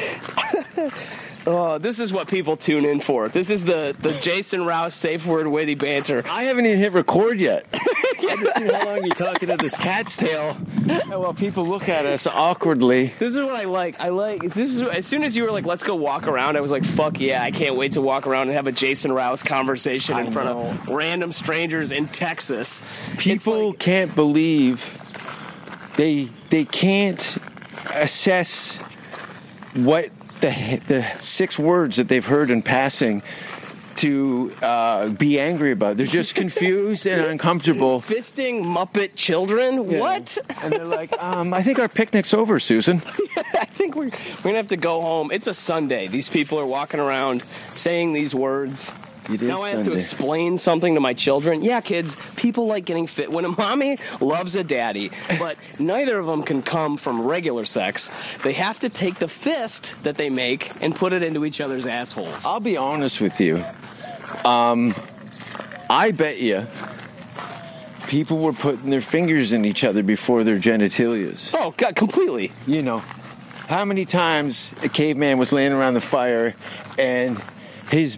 Uh, this is what people tune in for. This is the, the Jason Rouse safe word witty banter.
I haven't even hit record yet. I just see how long you're talking to this cat's tail. And while people look at us awkwardly.
This is what I like. I like this is as soon as you were like, "Let's go walk around." I was like, "Fuck yeah! I can't wait to walk around and have a Jason Rouse conversation in front of random strangers in Texas."
People
like-
can't believe they they can't assess what the he- the six words that they've heard in passing to uh, be angry about. They're just confused and uncomfortable.
Fisting Muppet children? What?
And they're like, um, I think our picnic's over, Susan.
I think we're we're gonna have to go home. It's a Sunday. These people are walking around saying these words.
It is
now I have to
Sunday.
explain something to my children. Yeah, kids, people like getting fit. When a mommy loves a daddy, but neither of them can come from regular sex, they have to take the fist that they make and put it into each other's assholes.
I'll be honest with you. Um, I bet you people were putting their fingers in each other before their genitalias.
Oh, God, completely.
You know, how many times a caveman was laying around the fire and his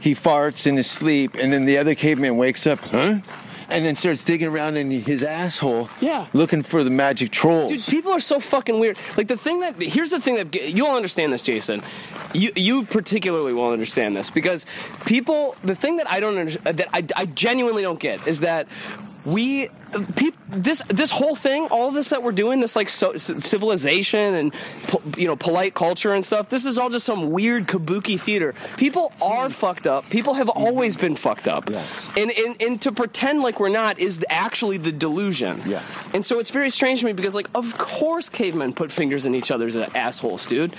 he farts in his sleep, and then the other caveman wakes up, huh? And then starts digging around in his asshole,
Yeah.
looking for the magic trolls.
Dude, people are so fucking weird. Like the thing that here's the thing that you'll understand this, Jason. You you particularly will understand this because people. The thing that I don't under, that I, I genuinely don't get is that we peop, this this whole thing, all this that we're doing, this like so, civilization and po- you know polite culture and stuff. This is all just some weird kabuki theater. People are fucked up. People have always been fucked up.
Hmm. Mm-hmm. Yes.
And, and and to pretend like we're not is actually the delusion.
Yeah.
And so it's very strange to me because, like, of course cavemen put fingers in each other's assholes, dude.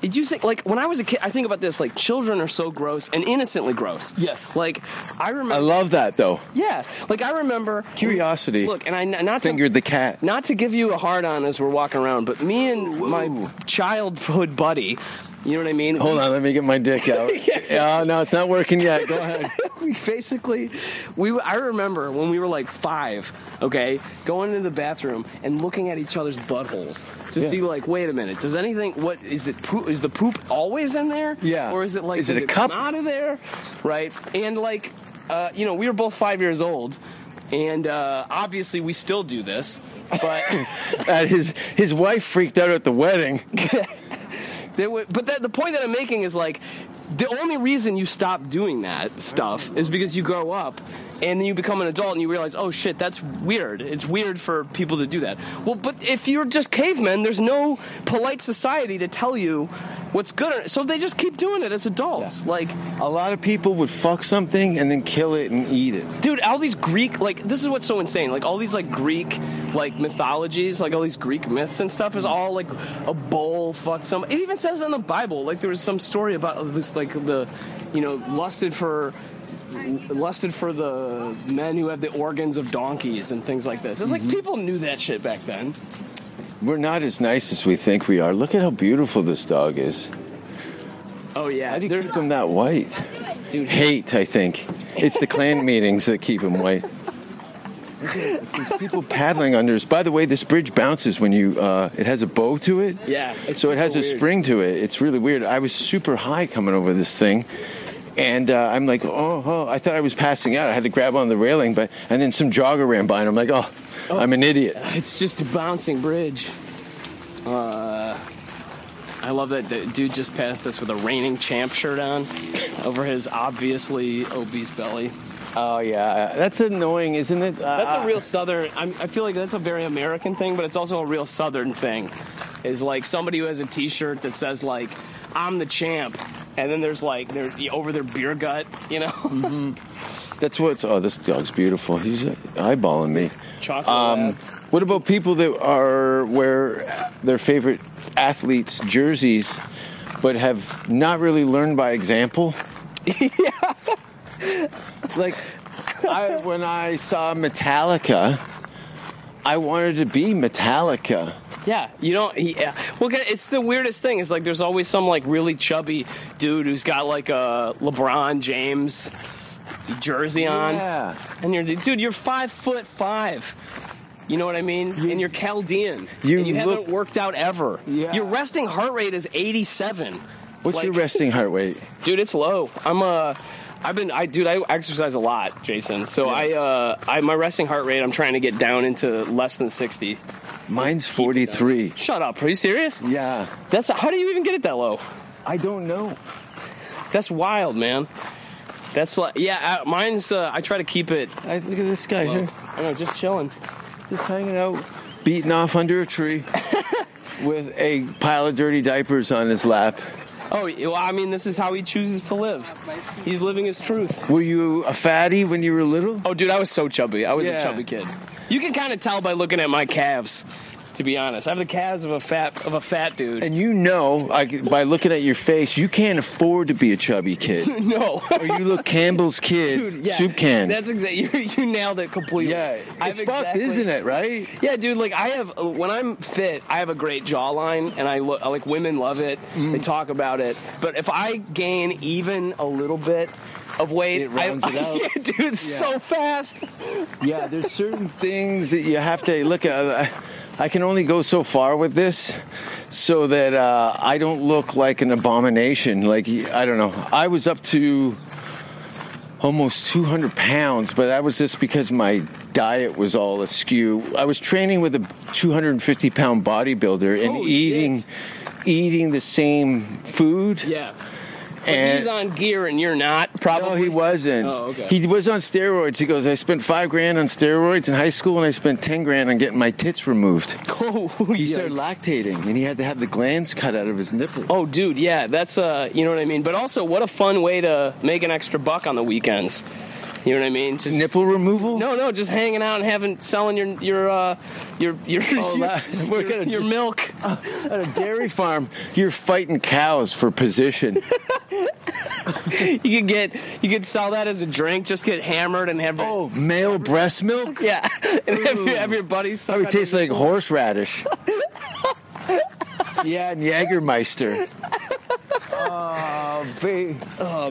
Did you think, like, when I was a kid, I think about this, like, children are so gross and innocently gross.
Yes.
Like, I remember.
I love that though.
yeah. Like, I remember.
University.
Look, and I not to,
fingered the cat.
not to give you a hard on as we're walking around, but me and my childhood buddy, you know what I mean?
Hold on, let me get my dick out. Oh, no, it's not working yet. Go ahead.
we basically we I remember when we were like five, okay, going into the bathroom and looking at each other's buttholes to
Yeah.
see like, wait a minute, does anything? What is it? Poop? Is the poop always in there?
Yeah.
Or is it like?
Is it
does
a cup?
come out of there? Right. And like, uh, you know, we were both five years old, and uh, obviously we still do this, but.
At Uh, his his wife freaked out at the wedding.
They would, but that, the point that I'm making is like the only reason you stop doing that stuff is because you grow up and then you become an adult and you realize, oh shit, that's weird. It's weird for people to do that. Well, but if you're just cavemen, there's no polite society to tell you what's good. Or, so they just keep doing it as adults. Like,
A lot of people would fuck something and then kill it and eat it.
dude, all these Greek, like, this is what's so insane. Like, all these, like, Greek, like, mythologies, like, all these Greek myths and stuff is all, like, a bull fucked some. It even says in the Bible, like, there was some story about this, like, the, you know, lusted for. Lusted for the men who have the organs of donkeys and things like this. It's like people knew that shit back then.
We're not as nice as we think we are. Look at how beautiful this dog is.
Oh yeah,
How do you keep him that white?
Dude.
Hate, I think. It's the clan meetings that keep him white. Look at- there's People paddling under us. By the way, this bridge bounces when you. Uh, it has a bow to it.
Yeah, it's
So it has
super
a
weird.
spring to it. It's really weird. I was super high coming over this thing, and uh, I'm like, oh, oh, I thought I was passing out. I had to grab on the railing, but and then some jogger ran by, and I'm like, oh, I'm an idiot.
It's just a bouncing bridge. Uh, I love that the dude just passed us with a reigning champ shirt on over his obviously obese belly. Ah.
Oh yeah, that's annoying, isn't it? Uh,
That's a real Southern. I'm, I feel like that's a very American thing, but it's also a real Southern thing. Is like somebody who has a T-shirt that says like "I'm the champ," and then there's like they're over their beer gut, you know,
That's what. Oh, this dog's beautiful. He's uh, eyeballing me.
chocolate.
Um,
lab.
what about people that are wear their favorite athletes' jerseys, but have not really learned by example? yeah. Like, I, when I saw Metallica, I wanted to be Metallica.
Yeah, you don't. he- Yeah. Well, g- it's the weirdest thing. It's like there's always some like really chubby dude who's got like a LeBron James jersey on,
Yeah.
and you're dude, you're five foot five. You know what I mean? and you're Chaldean.
You
and you
look-
haven't worked out ever.
Yeah.
Your resting heart rate is 87.
What's your
Like-
resting heart rate?
Dude, it's low. I'm uh I've been I dude, I exercise a lot, Jason. So I uh I my resting heart rate I'm trying to get down into less than 60.
Mine's 43.
Shut up. Are you serious?
Yeah.
That's how do you even get it that low?
I don't know.
That's wild, man. That's like, yeah, uh, mine's, uh, I try to keep it,
I, look at this guy
low.
here.
I know, just chilling.
just hanging out, beaten off under a tree with a pile of dirty diapers on his lap.
Oh, well, I mean, this is how he chooses to live. He's living his truth.
Were you a fatty when you were little?
Oh, dude, I was so chubby. I was
Yeah.
a chubby kid. You can kind of tell by looking at my calves, to be honest. I have the calves of a fat, of a fat dude.
And you know, I, by looking at your face, you can't afford to be a chubby kid.
no.
or you look Campbell's kid,
Dude, yeah,
soup can.
That's exactly you, you nailed it completely.
yeah,
I've
it's fucked,
exactly-
isn't it? Right?
Yeah, dude. Like I have uh, when I'm fit, I have a great jawline, and I look like women love it.
Mm.
They talk about it. But if I gain even a little bit of weight,
It rounds
I,
it out.
Yeah, dude, it's so fast.
Yeah, there's certain things that you have to look at. I can only go so far with this so that uh, I don't look like an abomination. Like, I don't know. I was up to almost 200 pounds, but that was just because my diet was all askew. I was training with a 250 pound bodybuilder and
Holy
eating.
shit.
Eating the same food,
Yeah,
and
he's on gear and you're not. Probably.
no, he wasn't.
Oh, okay.
He was on steroids. He goes, I spent five grand on steroids in high school, and I spent ten grand on getting my tits removed.
Oh,
He
yikes.
started lactating, and he had to have the glands cut out of his nipples.
Oh, dude, yeah, that's uh, you know what I mean. But also, what a fun way to make an extra buck on the weekends. You know what I mean? Just
nipple removal?
No, no, just hanging out and having selling your your uh, your your
Oh,
your,
la- we're gonna-
your milk.
At a dairy farm, you're fighting cows for position.
you could get you could sell that as a drink. Just get hammered and have
Oh, male breast milk?
yeah, and have, your- have your buddies. suck
It would
on
taste like horseradish. yeah, and Jägermeister. Oh, babe.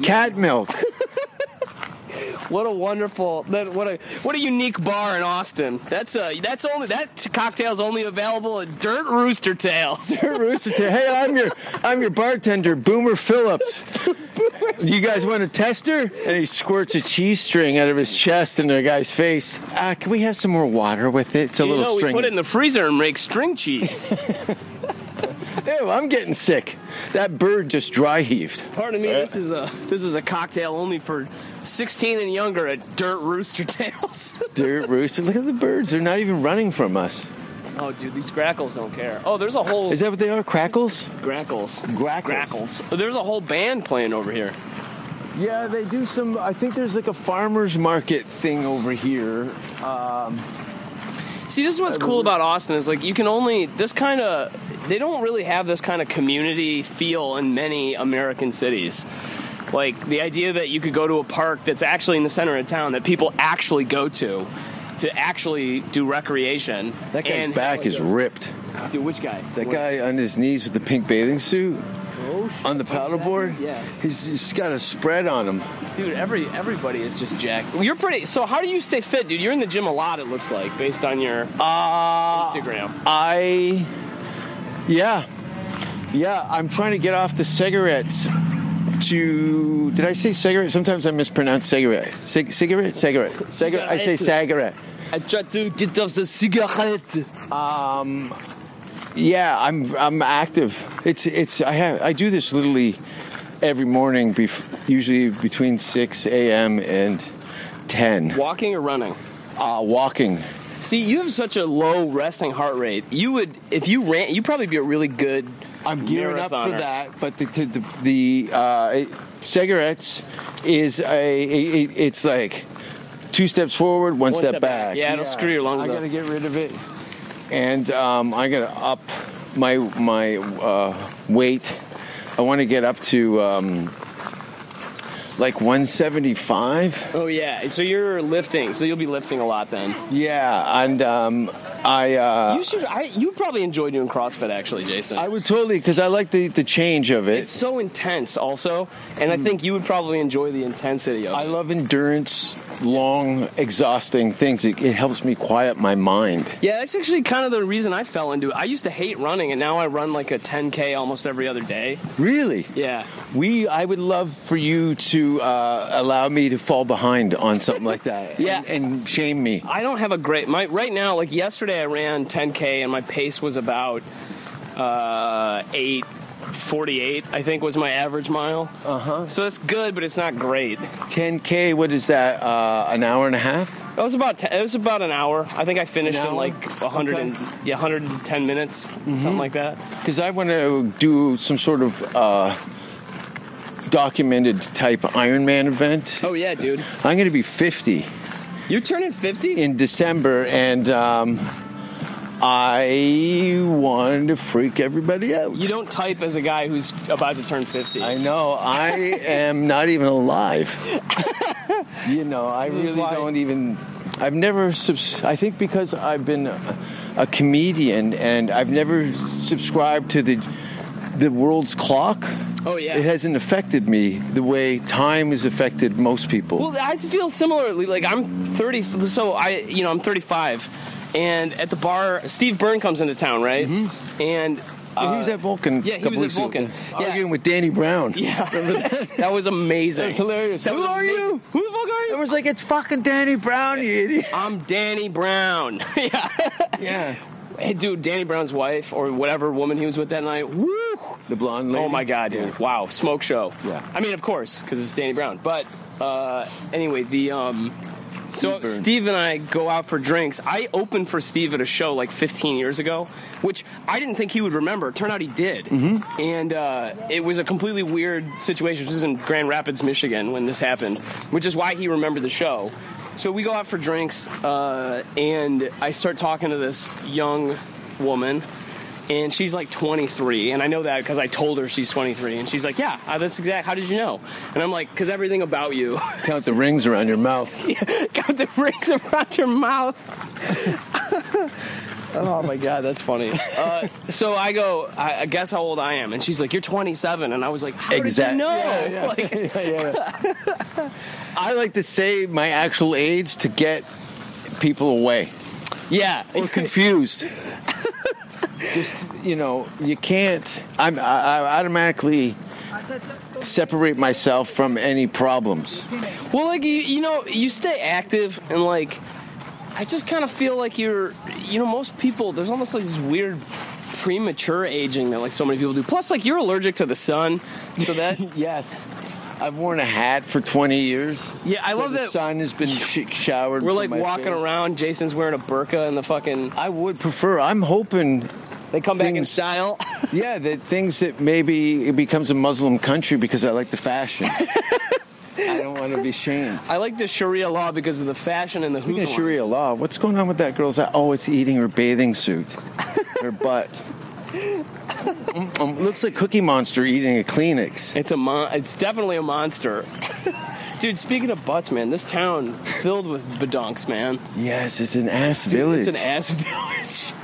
Cat milk.
What a wonderful, that what a what a unique bar in Austin. That's a that's only that cocktail's only available at Dirt Rooster Tails.
Rooster Teeth. Hey, I'm your I'm your bartender, Boomer Phillips. You guys want a tester? And he squirts a cheese string out of his chest into a guy's face. Uh, can we have some more water with it? It's a
you
little
know,
string.
we put it in the freezer and make string cheese.
Ew, I'm getting sick. That bird just dry heaved.
Pardon me, this is a this is a cocktail only for 16 and younger at Dirt Rooster Tails.
Dirt rooster. Look at the birds. They're not even running from us.
oh, dude, these grackles don't care. Oh, there's a whole
Is that what they are? Crackles?
grackles.
Grackles.
Grackles. There's a whole band playing over here.
Yeah, they do some. I think there's like a farmer's market thing over here.
See, this is what's cool about Austin is like you can only this kind of they don't really have this kind of community feel in many American cities. Like the idea that you could go to a park that's actually in the center of town that people actually go to to actually do recreation.
That guy's
and-
back is ripped.
Dude, which guy?
That
What-
guy on his knees with the pink bathing suit on the paddleboard.
Yeah.
he's, he's got a spread on him.
Dude, every everybody is just jacked. You're pretty. So how do you stay fit, dude? You're in the gym a lot. It looks like based on your
Uh,
Instagram.
I, yeah, yeah. I'm trying to get off the cigarettes. To did I say cigarette? Sometimes I mispronounce cigarette. Cig- cigarette, cigarette, cigarette. I say cigarette.
I try to get off the cigarette.
Yeah, I'm I'm active. It's it's I have I do this literally every morning, bef- usually between six a.m. and ten.
Walking or running?
Uh, walking.
See, you have such a low resting heart rate. You would, if you ran, you'd probably be a really good.
I'm gearing up for
marathoner.
that, but the to, the, the uh, cigarettes is a, a- a- it's like two steps forward, one, step, back.
Yeah, it'll screw your lungs
I
up.
gotta get rid of it, and um, I gotta up my my uh, weight. I want to get up to um, like 175.
Oh yeah, so you're lifting, so you'll be lifting a lot then.
Yeah, and um, I. Uh,
you should. I, you probably enjoy doing CrossFit actually, Jason.
I would totally because I like the, the change of it.
it's so intense, also, and I think you would probably enjoy the intensity of
Hmm. I
it.
love endurance, long, exhausting things. It, it helps me quiet my mind.
Yeah, that's actually kind of the reason I fell into it. I used to hate running, and now I run like a 10k almost every other day.
Really,
Yeah.
we I would love for you to uh, allow me to fall behind on something like that.
Yeah.
and, and shame me.
I don't have a great my right now. Like yesterday, I ran 10k and my pace was about uh, eight. 48 I think was my average mile. Uh-huh. So that's good but it's not great.
10k. What is that? Uh, an hour and a half?
It was about te- it was about an hour. Mm-hmm. I think I finished
An
in
hour?
like 100 and yeah 110 minutes something like that.
Because I want to do some sort of uh, documented type Ironman event.
Oh yeah, dude.
I'm going to be 50.
You turning 50?
in December, and um, I wanted to freak everybody out.
You don't type as a guy who's about to turn 50.
I know. I am not even alive. you know, I
is
really
why-
don't even. I've never. Subs- I think because I've been a, a comedian, and I've never subscribed to the the world's clock.
Oh, yeah.
It hasn't affected me the way time has affected most people.
Well, I feel similarly. Like I'm 30, so I, you know, I'm 35, and at the bar, Steve Byrne comes into town, right? And
he
uh,
was at Vulcan.
yeah,
a
he
couple
was at
weeks ago,
Vulcan. Yeah.
Arguing with Danny Brown.
yeah, that was amazing.
That was hilarious.
That
Who
was
are
amazing.
you?
Who the fuck are you?
Everyone's like, it's fucking Danny Brown, you idiot.
I'm Danny Brown. yeah.
Yeah.
Hey, dude, Danny Brown's wife or whatever woman he was with that night. Woo!
The blonde lady.
Oh my god, dude! Wow, smoke show.
Yeah.
I mean, of course, because it's Danny Brown. But uh, anyway, the um, so
Steve Byrne.
Steve and I go out for drinks. I opened for Steve at a show like 15 years ago, which I didn't think he would remember. Turned out he did, and uh, it was a completely weird situation. This is in Grand Rapids, Michigan, when this happened, which is why he remembered the show. So we go out for drinks, uh, and I start talking to this young woman and she's like 23, and I know that because I told her she's 23, and she's like, "Yeah, uh, that's exact. How did you know?" And I'm like, "Cause everything about you."
Count the rings around your mouth.
Got the rings around your mouth. oh my god, that's funny. Uh, so I go, I, I guess how old I am, and she's like, "You're 27," and I was like, "How did
Exact-
you know?"
Yeah, yeah.
Like,
Yeah, yeah, yeah. I like to say my actual age to get people away
yeah.
or confused. Just you know, you can't. I'm, I, I automatically separate myself from any problems.
Well, like you, you know, you stay active and like I just kind of feel like you're, you know, most people there's almost like this weird premature aging that like so many people do. Plus, like you're allergic to the sun, so that
Yes. I've worn a hat for 20 years.
yeah, I
So
love
the
that.
sun has been sh- showered.
We're
from
like
my
walking
face.
around. Jason's wearing a burqa and the fucking.
I would prefer. I'm hoping,
They come back in
Things-
style.
yeah, that things that maybe it becomes a Muslim country because I like the fashion. I don't want to be shamed.
I like the Sharia law because of the fashion and the
Speaking
hoodoo.
of Sharia law, what's going on with that girl's? Oh, it's eating her bathing suit, her butt. Mm, mm, looks like Cookie Monster eating a Kleenex.
It's a mon- It's definitely a monster. Dude, speaking of butts, man, this town filled with bedonks, man.
Yes, it's an ass
Dude,
village.
It's an ass village.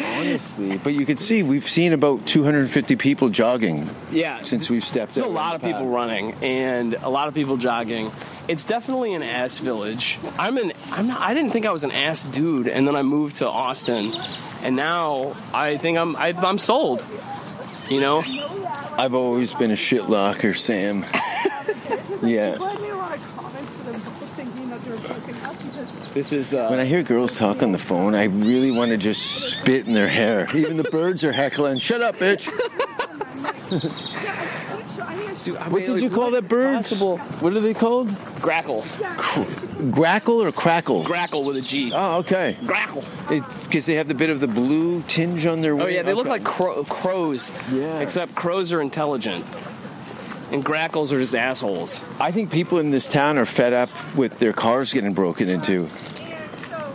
honestly. But you can see we've seen about 250 people jogging
Yeah.
since we've stepped.
It's a
out
lot of
on the
people
path.
running and a lot of people jogging. It's definitely an ass village. I'm an I'm not, I didn't think I was an ass dude and then I moved to Austin and now I think I'm I, I'm sold. You know?
I've always been a shit locker, Sam. yeah.
Why do you want to comment to them thinking that they were broken up? Because
This is
When
uh,
I hear girls talk on the phone, I really want to just spit in their hair. Even the birds are heckling. Shut up, bitch.
which I think I should
dude, I
What
mean,
did
like,
you call the
what
birds?
Possible
What are they called?
grackles.
Grackle or crackle?
Grackle with a G.
oh, okay.
Grackle.
Because they have the bit of the blue tinge on their.
Oh yeah, they look
Okay.
like cro- crows.
Yeah.
Except crows are intelligent. And grackles are just assholes.
I think people in this town are fed up with their cars getting broken into.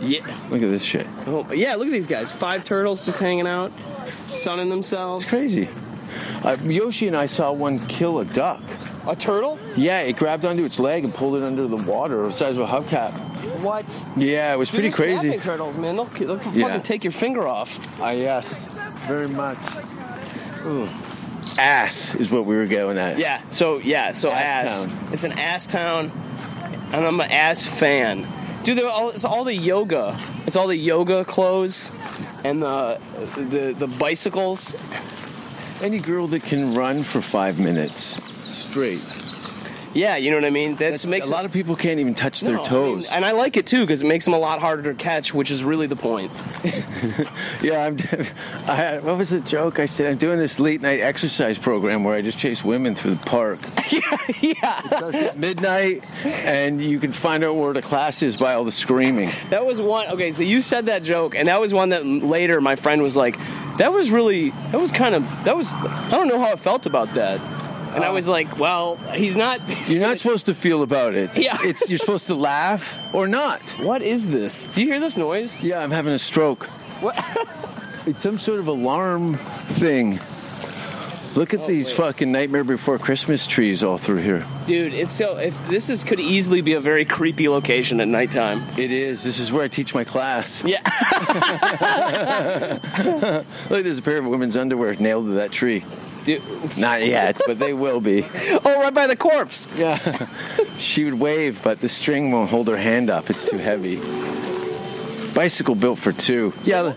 Yeah.
Look at this shit.
Oh, yeah, look at these guys. Five turtles just hanging out, sunning themselves.
Crazy. Uh, Yoshi and I saw one kill a duck.
A turtle?
Yeah, it grabbed onto its leg and pulled it under the water, the size of a hubcap.
What?
Yeah, it was
Dude,
pretty
they're snapping
crazy.
turtles, man. They'll, they'll fucking
Yeah.
take your finger off.
Ah, yes, very much. Ass is what we were going at.
Yeah. So yeah. So
Ass
ass.
town.
It's an ass town, and I'm an ass fan. Dude, they're all, it's all the yoga. It's all the yoga clothes, and the the the bicycles.
Any girl that can run for five minutes straight.
Yeah, you know what I mean. That's, makes
a lot of people can't even touch
No,
their
I mean,
toes.
and I like it too because it makes them a lot harder to catch, which is really the point.
yeah, I'm. I, what was the joke? I said I'm doing this late night exercise program where I just chase women through the park.
yeah.
at midnight, and you can find out where the class is by all the screaming.
That was one. Okay, so you said that joke, and that was one that later my friend was like, "That was really, that was kind of, that was, I don't know how I felt about that." And I was like, "Well, he's not.
You're not supposed to feel about it.
Yeah.
it's you're supposed to laugh or not.
What is this? Do you hear this noise?
Yeah, I'm having a stroke.
What?
It's some sort of alarm thing. Look at these fucking Nightmare Before Christmas trees all through here.
Dude, it's so. If this is could easily be a very creepy location at nighttime.
It is. This is where I teach my class.
Yeah.
Look, there's a pair of women's underwear nailed to that tree.
Dude.
Not yet, but they will be.
Oh, right by the corpse.
Yeah. she would wave, but the string won't hold her hand up. It's too heavy. Bicycle built for two. yeah.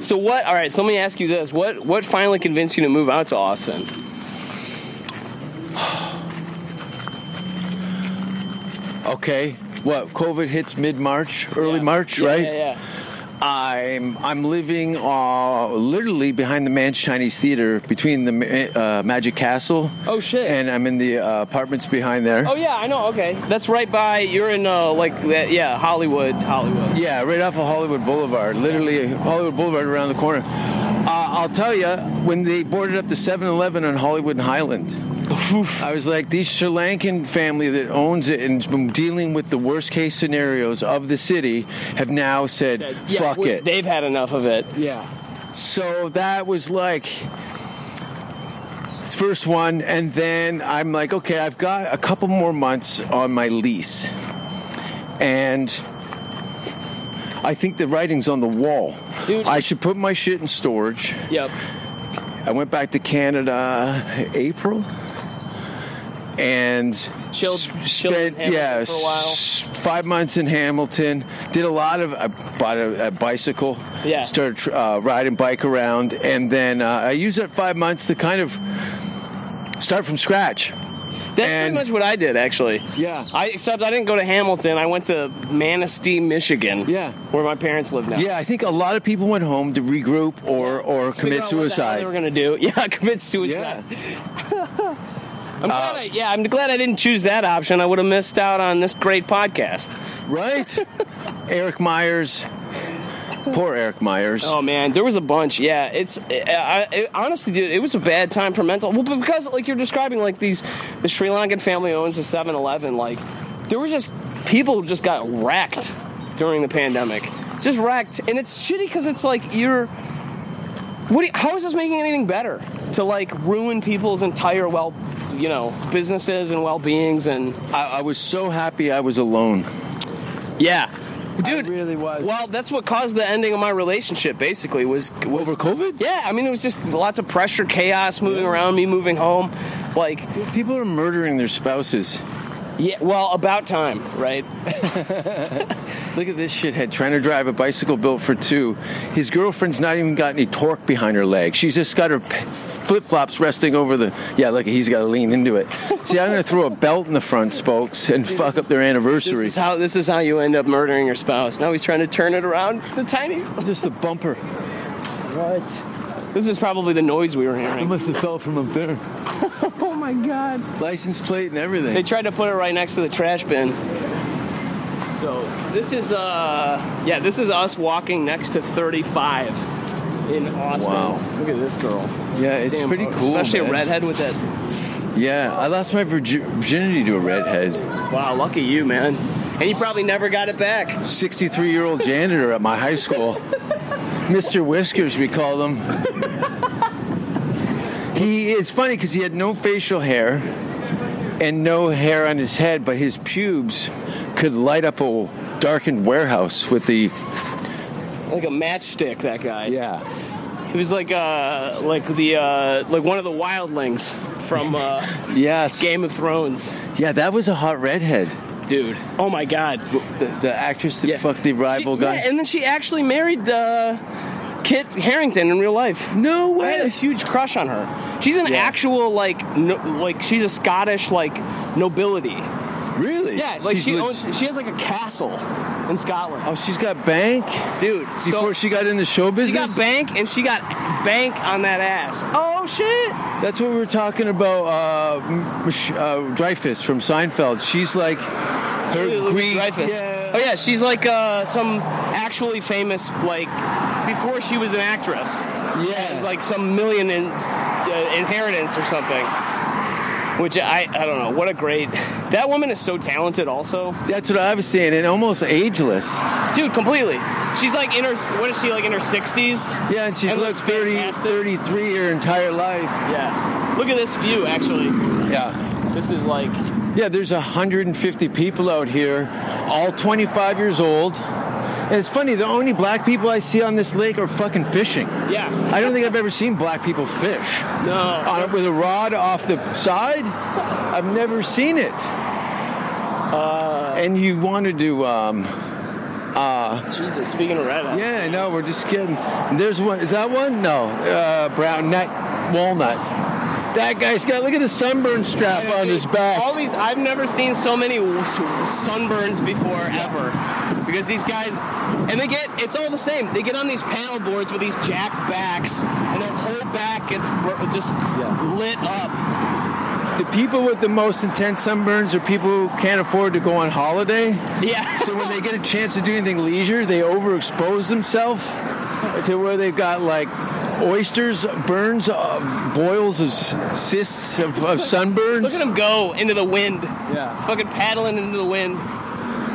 So what? All right. So let me ask you this: what what finally convinced you to move out to Austin?
Okay. What? COVID hits mid March, early
Yeah.
March,
Yeah,
right?
Yeah, yeah.
I'm I'm living uh, literally behind the Man's Chinese Theater, between the Ma- uh, Magic Castle.
Oh, shit.
And I'm in the uh, apartments behind there.
Oh yeah, I know. Okay, that's right by. You're in uh, like that. Yeah, Hollywood, Hollywood.
Yeah, right off of Hollywood Boulevard, literally Hollywood Boulevard around the corner. Uh, I'll tell you, when they boarded up the 7 Eleven on Hollywood and Highland, I was like, these Sri Lankan family that owns it and's been dealing with the worst case scenarios of the city have now said,
Yeah,
fuck
we-
it.
They've had enough of it.
yeah. So that was like first one, and then I'm like, okay, I've got a couple more months on my lease, and I think the writing's on the wall.
Dude.
I should put my shit in storage.
Yep.
I went back to Canada April and
Chilled-
s-
chilled in
spent
Hamilton
yeah
for a while.
s- five months in Hamilton. Did a lot of I bought a, a bicycle.
Yeah.
started tr- uh, riding bike around, and then uh, I used that five months to kind of start from scratch.
That's
And-
pretty much what I did, actually.
Yeah.
I except I didn't go to Hamilton. I went to Manistee, Michigan.
Yeah.
where my parents live now.
Yeah, I think a lot of people went home to regroup or or commit
Figure out what the hell
suicide.
They were gonna do yeah, commit suicide.
Uh,
I'm glad I, yeah, I'm glad I didn't choose that option. I would have missed out on this great podcast.
right? Eric Myers, poor Eric Myers.
Oh man, there was a bunch. Yeah, it's I, I, honestly, dude, it was a bad time for mental. Well, but because like you're describing, like these the Sri Lankan family owns a 7-Eleven. Like there was just people just got wrecked during the pandemic, just wrecked, and it's shitty because it's like you're. What? do you- how is this making anything better? To like ruin people's entire well, you know, businesses and well beings and
I, I was so happy I was alone.
yeah. Dude,
really was.
Well, that's what caused the ending of my relationship. Basically, was, was
Over COVID?
Yeah, I mean, it was just lots of pressure, chaos, moving around, me moving home. Like,
People are murdering their spouses.
yeah, well, about time, right?
Look at this shithead trying to drive a bicycle built for two. His girlfriend's not even got any torque behind her leg. She's just got her flip flops resting over the. Yeah, look, he's got to lean into it. See, I'm going to throw a belt in the front spokes and fuck up their
This
anniversary.
is how this is how you end up murdering your spouse. Now he's trying to turn it around. The tiny.
Just the bumper.
What? This is probably the noise we were hearing.
must have fell from up there.
Oh my god.
License plate and
They
everything.
tried to put it right next to the trash bin. So this is uh yeah, this is us walking next to 35 in Austin.
Wow.
Look at this girl.
Yeah, it's
Damn,
pretty
uh,
cool.
Especially
man.
a redhead with that.
Yeah, I lost my virgi- virginity to a redhead.
Wow, lucky you, man. And you probably never got it back.
63 year old janitor at my high school. Mr. Whiskers, we called him. He is funny because he had no facial hair and no hair on his head, but his pubes could light up a darkened warehouse with the.
Like a matchstick, that guy.
Yeah.
He was like uh like the uh like one of the wildlings from uh
Yes.
Game of Thrones.
Yeah, that was a hot redhead.
Dude. Oh my god.
The, the actress that
Yeah.
fucked the rival
She-
guy.
yeah, and then she actually married uh Kit Harrington in real life.
no
I had a
way.
huge crush on her. She's an actual like no, like she's a Scottish like nobility.
Really?
Yeah, like
She's
she
leg-
owns she has like a castle in Scotland.
Oh, she's got bank
Oh, Dude,
before
so
she got in the show
she
business?
got bank and she got bank on that ass. Oh shit.
That's what we were talking about. Uh, M- Mich- uh, Dreyfus from Seinfeld. She's like
Julia
her
Louis
Greek.
Dreyfus. Oh yeah, she's like uh, some actually famous like before she was an actress.
yeah.
It's like some million in, uh, inheritance or something. Which I I don't know. What a great that woman is so talented also.
That's what I was saying, and almost ageless.
Dude, completely. She's like in her what is she like in her 60s?
Yeah, and she's
It
looked
looks
30,
fantastic.
33 her entire life.
Yeah. Look at this view actually.
Yeah.
This is like
Yeah, there's 150 people out here, all 25 years old. And it's funny, the only black people I see on this lake are fucking fishing.
yeah.
I don't think I've ever seen black people fish.
No.
On, with a rod off the side? I've never seen it. and you wanted to, um,
Jesus, speaking of red. eye.
yeah, no, we're just kidding. There's one, is that one? No, uh, brown nut, walnut. That guy's got, look at the sunburn strap on his back.
All these, I've never seen so many w- s- sunburns before ever. Because these guys, and they get, it's all the same. They get on these panel boards with these jack backs, and their whole back gets bur- just lit up.
the people with the most intense sunburns are people who can't afford to go on holiday.
Yeah.
So when they get a chance to do anything leisure, they overexpose themselves to where they've got like oysters, burns, uh, boils of s- cysts of, of sunburns.
Look at them go into the wind.
Yeah.
Fucking paddling into the wind.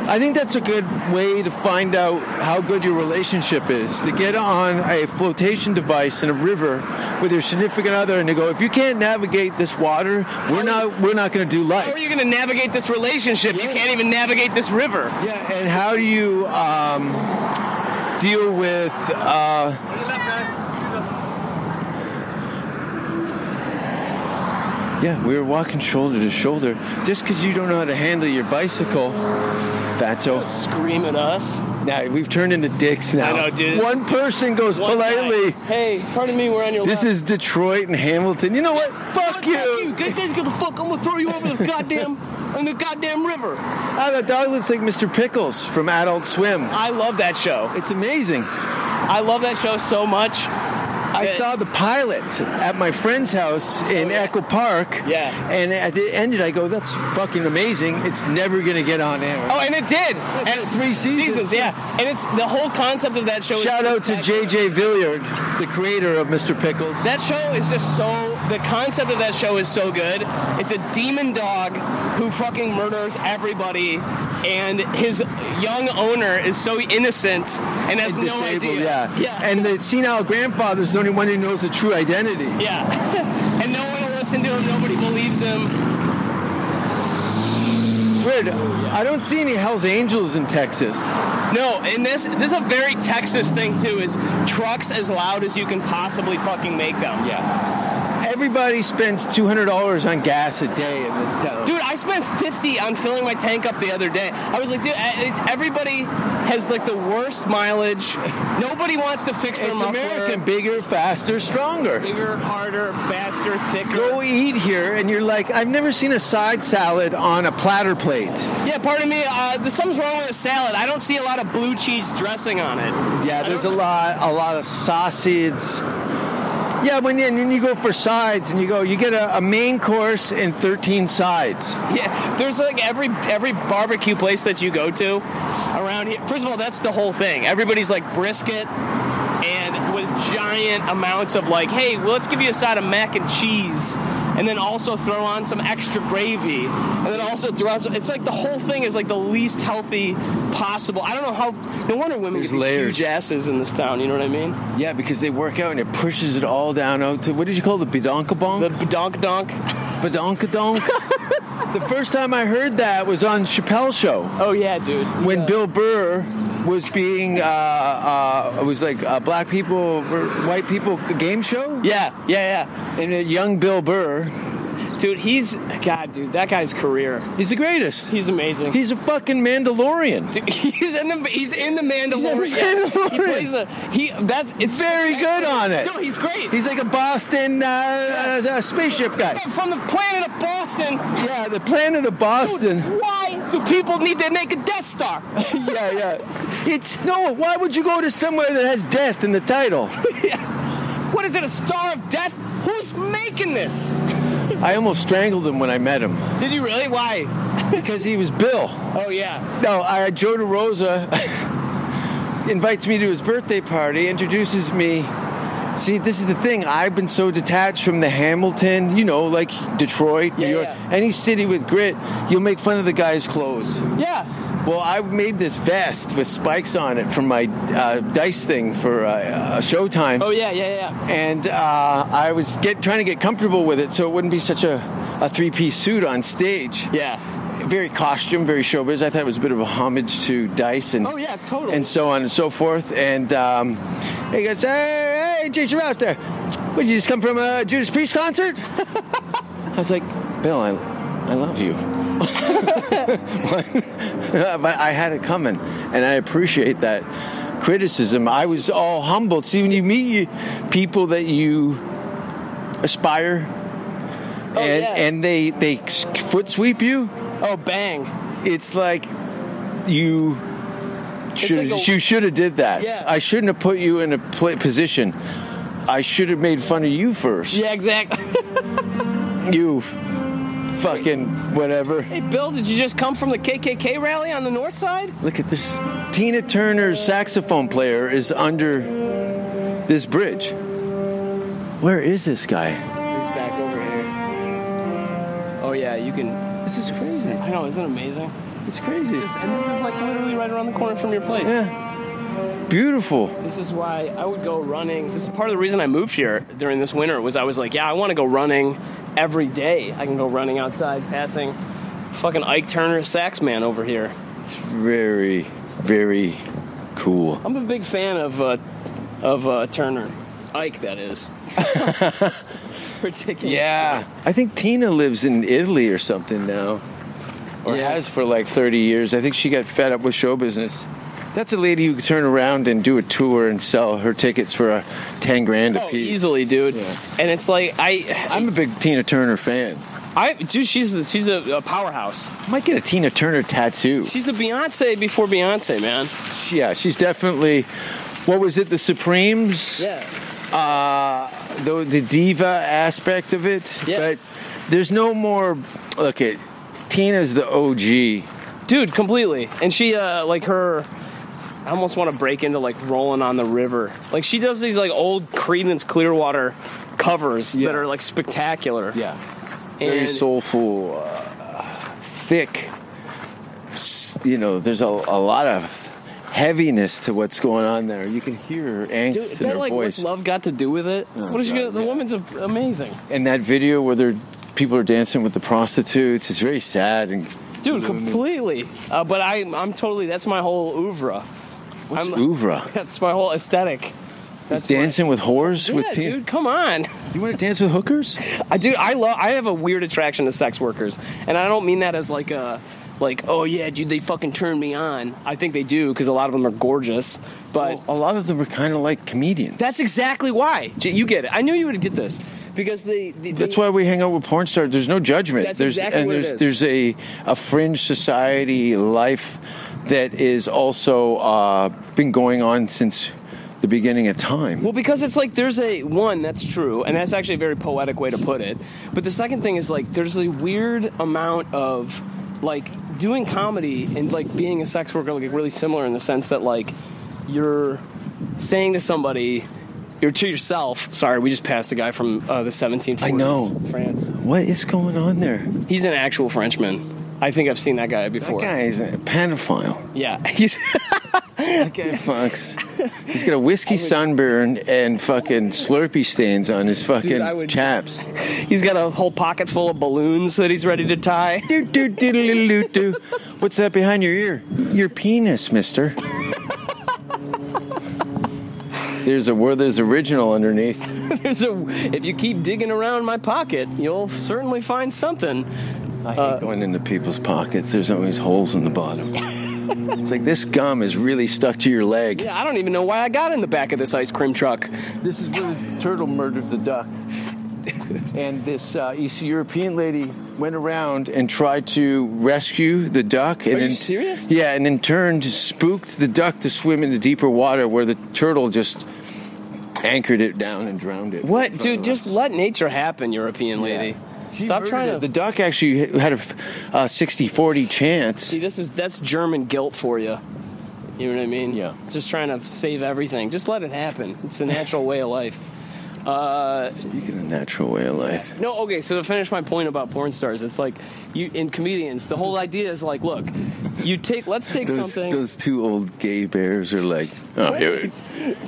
I think that's a good way to find out how good your relationship is. To get on a flotation device in a river with your significant other and to go, if you can't navigate this water, we're not we're not going to do
How are
life.
you going to navigate this relationship? You can't even navigate this river.
Yeah, and how do you um, deal with? Uh, yeah, we were walking shoulder to shoulder. Just because you don't know how to handle your bicycle, Fatso.
Scream at us.
Now we've turned into dicks now.
I know, dude.
One person goes
One
politely.
guy, Hey, pardon me, we're on your
This
left."
is Detroit and Hamilton. You know what? Fuck you.
You guys, guys, get the fuck! I'm gonna throw you over the goddamn in the goddamn river.
Ah, that dog looks like Mr. Pickles from Adult Swim.
I love that show.
It's amazing.
I love that show so much. Uh,
I
Yeah. Oh,
saw the pilot at my friend's house in Echo Park.
Yeah.
And at the end, I go, "That's fucking amazing. It's never gonna get on air."
Oh, and it did. And
three seasons.
yeah. And it's the whole concept of that show. is
Shout out to
spectacular.
JJ Villiard, the creator of Mr. Pickles.
That show is just so. The concept of that show is so good. It's a demon dog who fucking murders everybody, and his young owner is so innocent and has
And
no
disabled,
idea.
Yeah.
Yeah.
And the senile grandfather's the only one who knows the true identity.
yeah. and no one will listen to him. Nobody believes him.
It's weird. I don't see any Hell's Angels in Texas.
No, and this this is a very Texas thing too. Is trucks as loud as you can possibly fucking make them? Yeah,
Everybody spends two hundred dollars on gas a day in this town.
dude. I spent fifty on filling my tank up the other day. I was like, dude, I- it's everybody has like the worst mileage. Nobody wants to fix their
it's
muffler.
American, bigger, faster, stronger.
Bigger, harder, faster, thicker.
Go eat here, and you're like, I've never seen a side salad on a platter plate.
yeah, pardon me. Uh, there's something's wrong with the salad. I don't see a lot of blue cheese dressing on it.
Yeah, there's a lot, a lot of sausage. Yeah, when you, and then you go for sides, and you go, you get a, a main course and thirteen sides.
Yeah, there's like every every barbecue place that you go to around here. First of all, that's the whole thing. Everybody's like brisket and with giant amounts of like, hey, well, let's give you a side of mac and cheese, and then also throw on some extra gravy, and then also throw on some. It's like the whole thing is like the least healthy possible. I don't know how. No wonder women
There's
get these
layers.
huge asses in this town. You know what I mean?
Yeah, because they work out and it pushes it all down out to what did you call it, the bidonkabonk?
The donk donk.
Badonkadonk. the first time I heard that was on Chappelle Show
Oh yeah, dude.
when
Yeah.
Bill Burr was being uh, uh, it was like uh, black people, ver- white people game show,
Yeah, yeah,
and a young Bill Burr.
yeah. Dude, he's God, dude. That guy's career.
He's the greatest.
He's amazing.
He's a fucking Mandalorian.
Dude, he's in the he's in the Mandalorian.
He's in The
He
Mandalorian.
plays a he. That's it's
Very good on it.
No, he's great.
He's like a Boston uh, uh, spaceship guy.
from the planet of Boston.
Yeah, the planet of Boston.
Why do people need to make a Death Star?
Yeah, yeah. It's no. Why would you go to somewhere that has death in the title?
What is it? A Star of Death? Who's making this?
I almost strangled him when I met him
Did you really? Why?
because he was Bill.
Oh yeah.
No, I, Joe DeRosa invites me to his birthday party, introduces me. See, this is the thing. I've been so detached from the Hamilton, you know, like Detroit, New
Yeah,
York,
yeah.
any city with grit, you'll make fun of the guy's clothes.
Yeah.
Well, I made this vest with spikes on it from my uh, dice thing for uh, uh, Showtime
Oh yeah. Yeah yeah.
and uh, I was get trying to get comfortable with it so it wouldn't be such a, a three piece suit on stage.
Yeah.
Very costume, very showbiz. I thought it was a bit of a homage to Dice and
Oh, yeah, totally.
and so on and so forth. And um, he goes, "Hey, hey Jason Rouse, there. Would you just come from a Judas Priest concert?" I was like, "Bill, I, I love you." but I had it coming, and I appreciate that criticism. I was all humbled. See, when you meet you, people that you aspire, and
Oh, yeah.
and they they foot sweep you,
Oh bang.
it's like you should
like a-
you should have did that.
Yeah.
I shouldn't have put you in a pla position. I should have made fun of you first.
Yeah exactly.
You fucking whatever.
hey Bill, did you just come from the KKK rally on the north side?
Look at this. Tina Turner's saxophone player is under this bridge. Where is this guy?
He's back over here. Oh yeah, you can.
This is
I know, isn't it amazing?
It's crazy.
Just, and this is like literally right around the corner from your place.
Yeah. Beautiful.
This is why I would go running. This is part of the reason I moved here during this winter was I was like, yeah, I want to go running every day. I can go running outside, passing fucking Ike Turner sax man over here.
Very, very cool.
I'm a big fan of uh, of uh, Turner, Ike that is. Particularly.
Yeah. I think Tina lives in Italy or something now. Or
Yeah.
has for like 30 years. I think she got fed up with show business. That's a lady who could turn around and do a tour and sell her tickets for uh, 10 grand a
Oh,
piece.
easily, dude.
Yeah.
And it's like I,
I'm a big Tina Turner fan.
I, dude, she's she's a, a powerhouse.
Might get a Tina Turner tattoo.
She's the Beyonce before Beyonce, man.
yeah, she's definitely. What was it? The Supremes.
Yeah.
uh, the, the diva aspect of it.
Yeah.
But there's no more. Look, it. Tina's the OG.
dude completely and she uh like her i almost want to break into like rolling on the river like she does these like old credence clearwater covers
Yeah.
that are like spectacular
Yeah. Very
and
soulful, uh, thick. s- You know, there's a, a lot of heaviness to what's going on there. You can hear her angst
dude,
in
that
her
like
voice.
what's love got to do with it
Oh,
what is she
God,
gonna, the
yeah.
woman's a- amazing
and that video where they're, people are dancing with the prostitutes, it's very sad. And
dude completely uh, but i i'm totally that's my whole oeuvre
what's
I'm-
Ouvra?
that's my whole aesthetic
That's
that's
dancing with whores?
my,
with
yeah,
Tina?
dude come on
You want to dance with hookers?
I do. I love. I have a weird attraction to sex workers, and I don't mean that as like a, like oh yeah, dude, they fucking turn me on. I think they do because a lot of them are gorgeous, but
a lot of them are kind of like comedians.
that's exactly why J- you get it. I knew you would get this because they. they
That's why we hang out with porn stars. There's no judgment.
That's
there's
exactly
and
what it
there's
is.
there's a a fringe society life that is also uh, been going on since the beginning of time.
Well, because it's like there's a one that's true, and that's actually a very poetic way to put it. But the second thing is like there's a weird amount of like doing comedy and like being a sex worker like really similar in the sense that like you're saying to somebody or to yourself. Sorry, we just passed a guy from uh, the 17th.
I know.
France.
What is going on there?
He's an actual Frenchman. I think I've seen that guy
That
before.
guy is a pedophile.
Yeah, he's
That guy fucks. He's got a whiskey sunburn and fucking Slurpee stains on his fucking
I would-
chaps.
he's got a whole pocket full of balloons that he's ready to tie.
Do, do, do, do, do, do. What's that behind your ear? Your penis, mister. There's a word there's original underneath.
There's a, if you keep digging around my pocket, you'll certainly find something.
I hate going into people's pockets. There's always holes in the bottom. it's like this gum is really stuck to your leg.
Yeah, I don't even know why I got in the back of this ice cream truck.
This is where the turtle murdered the duck. And this uh, East European lady went around and tried to rescue the duck. And
you
in-
serious?
Yeah, and in turn spooked the duck to swim into deeper water where the turtle just anchored it down and drowned it.
What,
In front
dude?
of
Just
us.
let nature happen, European lady.
She
Stop
murdered
trying
it.
to.
The duck actually had a f- uh, 60 40 chance.
See, this is that's German guilt for you. You know what I mean?
Yeah.
Just trying to save everything. Just let it happen. It's the natural way of life. Uh,
Speaking of natural way of life.
No, okay. So to finish my point about porn stars, it's like you in comedians. The whole idea is like, look, you take. Let's take
Those,
something.
those two old gay bears are like, oh, here, it-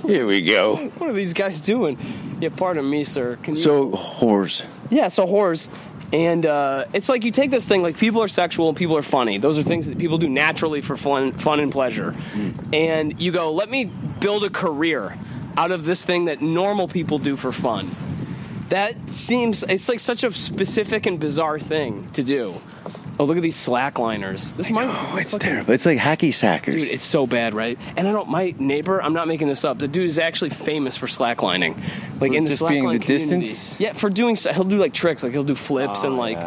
here we go.
What are these guys doing? Yeah, pardon me, sir. Can you
So, whores.
Yeah, so whores. And uh, it's like you take this thing, like people are sexual and people are funny. Those are things that people do naturally for fun, fun and pleasure. And you go, let me build a career out of this thing that normal people do for fun. That seems, it's like such a specific and bizarre thing to do. Oh, look at these slackliners. This might.
Oh, it's
fucking-
terrible. It's like hacky sackers.
Dude, it's so bad, right? And I don't. My neighbor, I'm not making this up. The dude is actually famous for slacklining, like
For
in the
just
slackline
being the
community.
distance?
Yeah, for doing. so- He'll do like tricks, like he'll do flips
Oh,
and like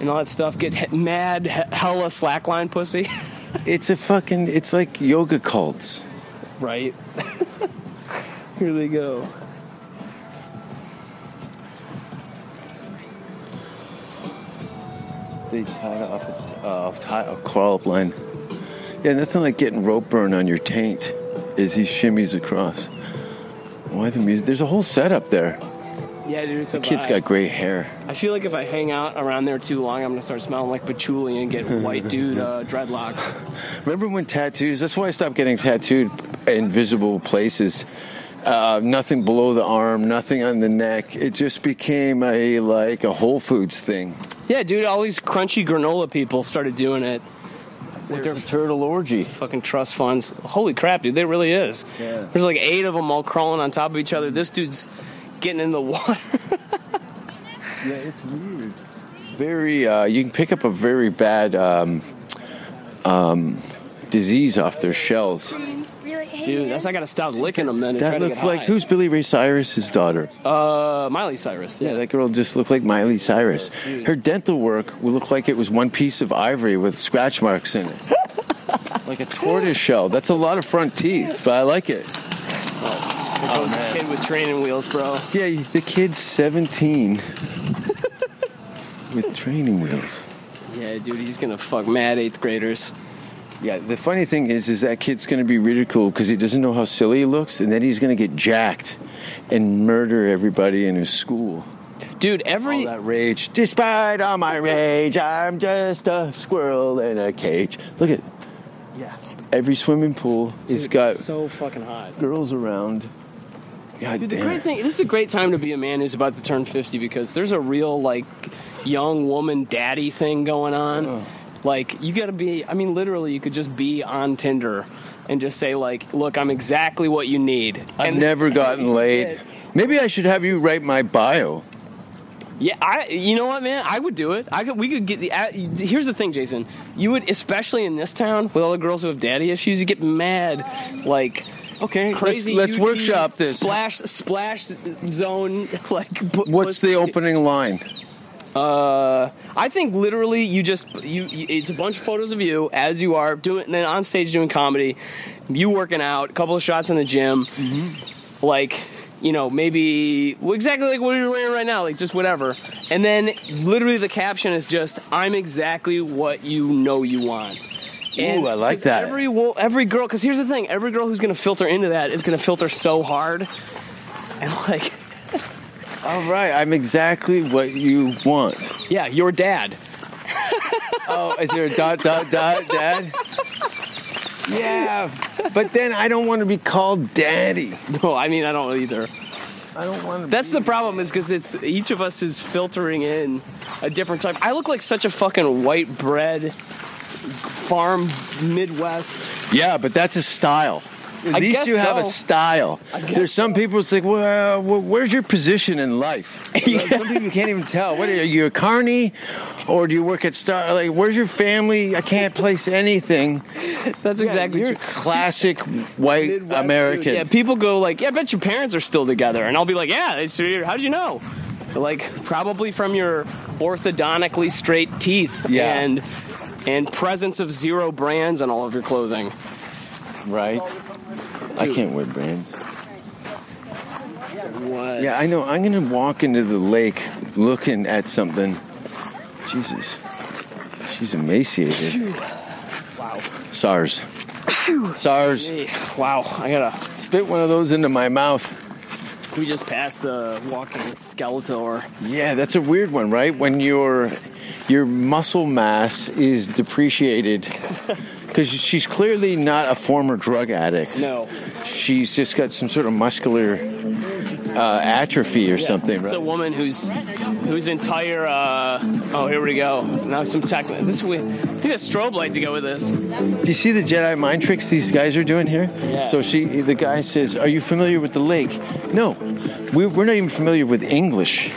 and all that stuff. Get he- mad, he- hella slackline pussy,
It's a fucking. It's like yoga cults.
right? Here they go.
They tie it off a, uh, tie a crawl up line. Yeah, nothing like getting rope burn on your taint as he shimmies across. Why the music? There's a whole setup there.
Yeah, dude, it's a
Kid's
vibe.
got gray hair.
I feel like if I hang out around there too long, I'm gonna start smelling like patchouli and get white dude uh, dreadlocks.
Remember when tattoos? That's why I stopped getting tattooed in visible places. Uh, nothing below the arm, nothing on the neck. It just became a like a Whole Foods thing.
Yeah, dude, all these crunchy granola people started doing it.
With their turtle orgy.
Fucking trust funds. Holy crap, dude, there really is.
Yeah.
There's like eight of them all crawling on top of each other. This dude's getting in the water.
Yeah, it's weird. Very. Uh, you can pick up a very bad um, um, disease off their shells.
Dude, that's I gotta stop licking them then. And try
That
to
looks
get
like
high.
who's Billy Ray Cyrus's daughter?
Uh, Miley Cyrus.
Yeah, that girl just looked like Miley Cyrus.
dude.
Her dental work would look like it was one piece of ivory with scratch marks in it. like a
Oh,
tortoise shell. That's a lot of front teeth, but I like it.
I was a kid with training wheels, bro.
Yeah, the kid's 17 with training wheels.
Yeah, dude, he's gonna fuck mad eighth graders.
Yeah, the funny thing is, is that kid's going to be ridiculed because he doesn't know how silly he looks, and then he's going to get jacked and murder everybody in his school.
Dude, every
All that rage. Despite all my rage, I'm just a squirrel in a cage. Look at
yeah,
every swimming pool.
dude,
it's got
so fucking hot.
girls around. God
Dude, the
damn.
great
it.
thing. This is a great time to be a man who's about to turn fifty because there's a real like young woman daddy thing going on. Like you got to be. I mean, literally, you could just be on Tinder and just say like, "Look, I'm exactly what you need."
I've
and
never gotten laid. Maybe I should have you write my bio.
Yeah, I. You know what, man? I would do it. I could. We could get the. uh, Here's the thing, Jason. You would, especially in this town, with all the girls who have daddy issues, you get mad, like
Okay,
crazy.
let's, let's
UT
workshop this.
Splash, splash zone. Like, bu-
What's the
pussy.
opening line?
Uh, I think literally you just you, you. It's a bunch of photos of you as you are doing, and then on stage doing comedy, you working out, a couple of shots in the gym,
Mm-hmm.
like you know maybe well, exactly like what you're wearing right now, like just whatever. And then literally the caption is just "I'm exactly what you know you want."
Ooh, I like
'cause
that.
Every wo- every girl, because here's the thing: every girl who's gonna filter into that is gonna filter so hard, and like.
All right, I'm exactly what you want.
Yeah, your dad.
Oh, is there a dot, dot, dot, dad? Yeah, but then I don't want to be called daddy.
No, I mean I don't either.
I don't want to.
That's the problem is because it's each of us is filtering in a different type. I look like such a fucking white bread farm Midwest.
Yeah, but that's a style. At
I
least
guess
you have a
so.
style.
guess
There's some people it's like, well, wh- where's your position in life?
Yeah.
Some people can't even tell. What are you, are you a carny, or do you work at Star? Like, where's your family? I can't place anything.
That's exactly
You're
true.
a classic white
Midwest
American.
dude. Yeah, people go like, "Yeah, I bet your parents are still together," and I'll be like, "Yeah, it's, how'd you know?" Like probably from your orthodontically straight teeth
Yeah.
and and presence of zero brands on all of your clothing.
right. I can't wear brands.
What?
Yeah, I know. I'm gonna walk into the lake looking at something. Jesus, she's emaciated.
Wow.
SARS. SARS.
Hey, wow. I gotta.
Spit one of those into my mouth.
We just passed the walking skeletor.
Yeah, that's a weird one, right? When your your muscle mass is depreciated. Because she's clearly not a former drug addict.
No.
She's just got some sort of muscular uh, atrophy or something,
It's
right?
a woman who's whose entire uh, oh here we go now some tech this we need a strobe light to go with this
Do you see the Jedi mind tricks these guys are doing here?
Yeah.
So she, the guy says, "Are you familiar with the lake?" No, we, we're not even familiar with English.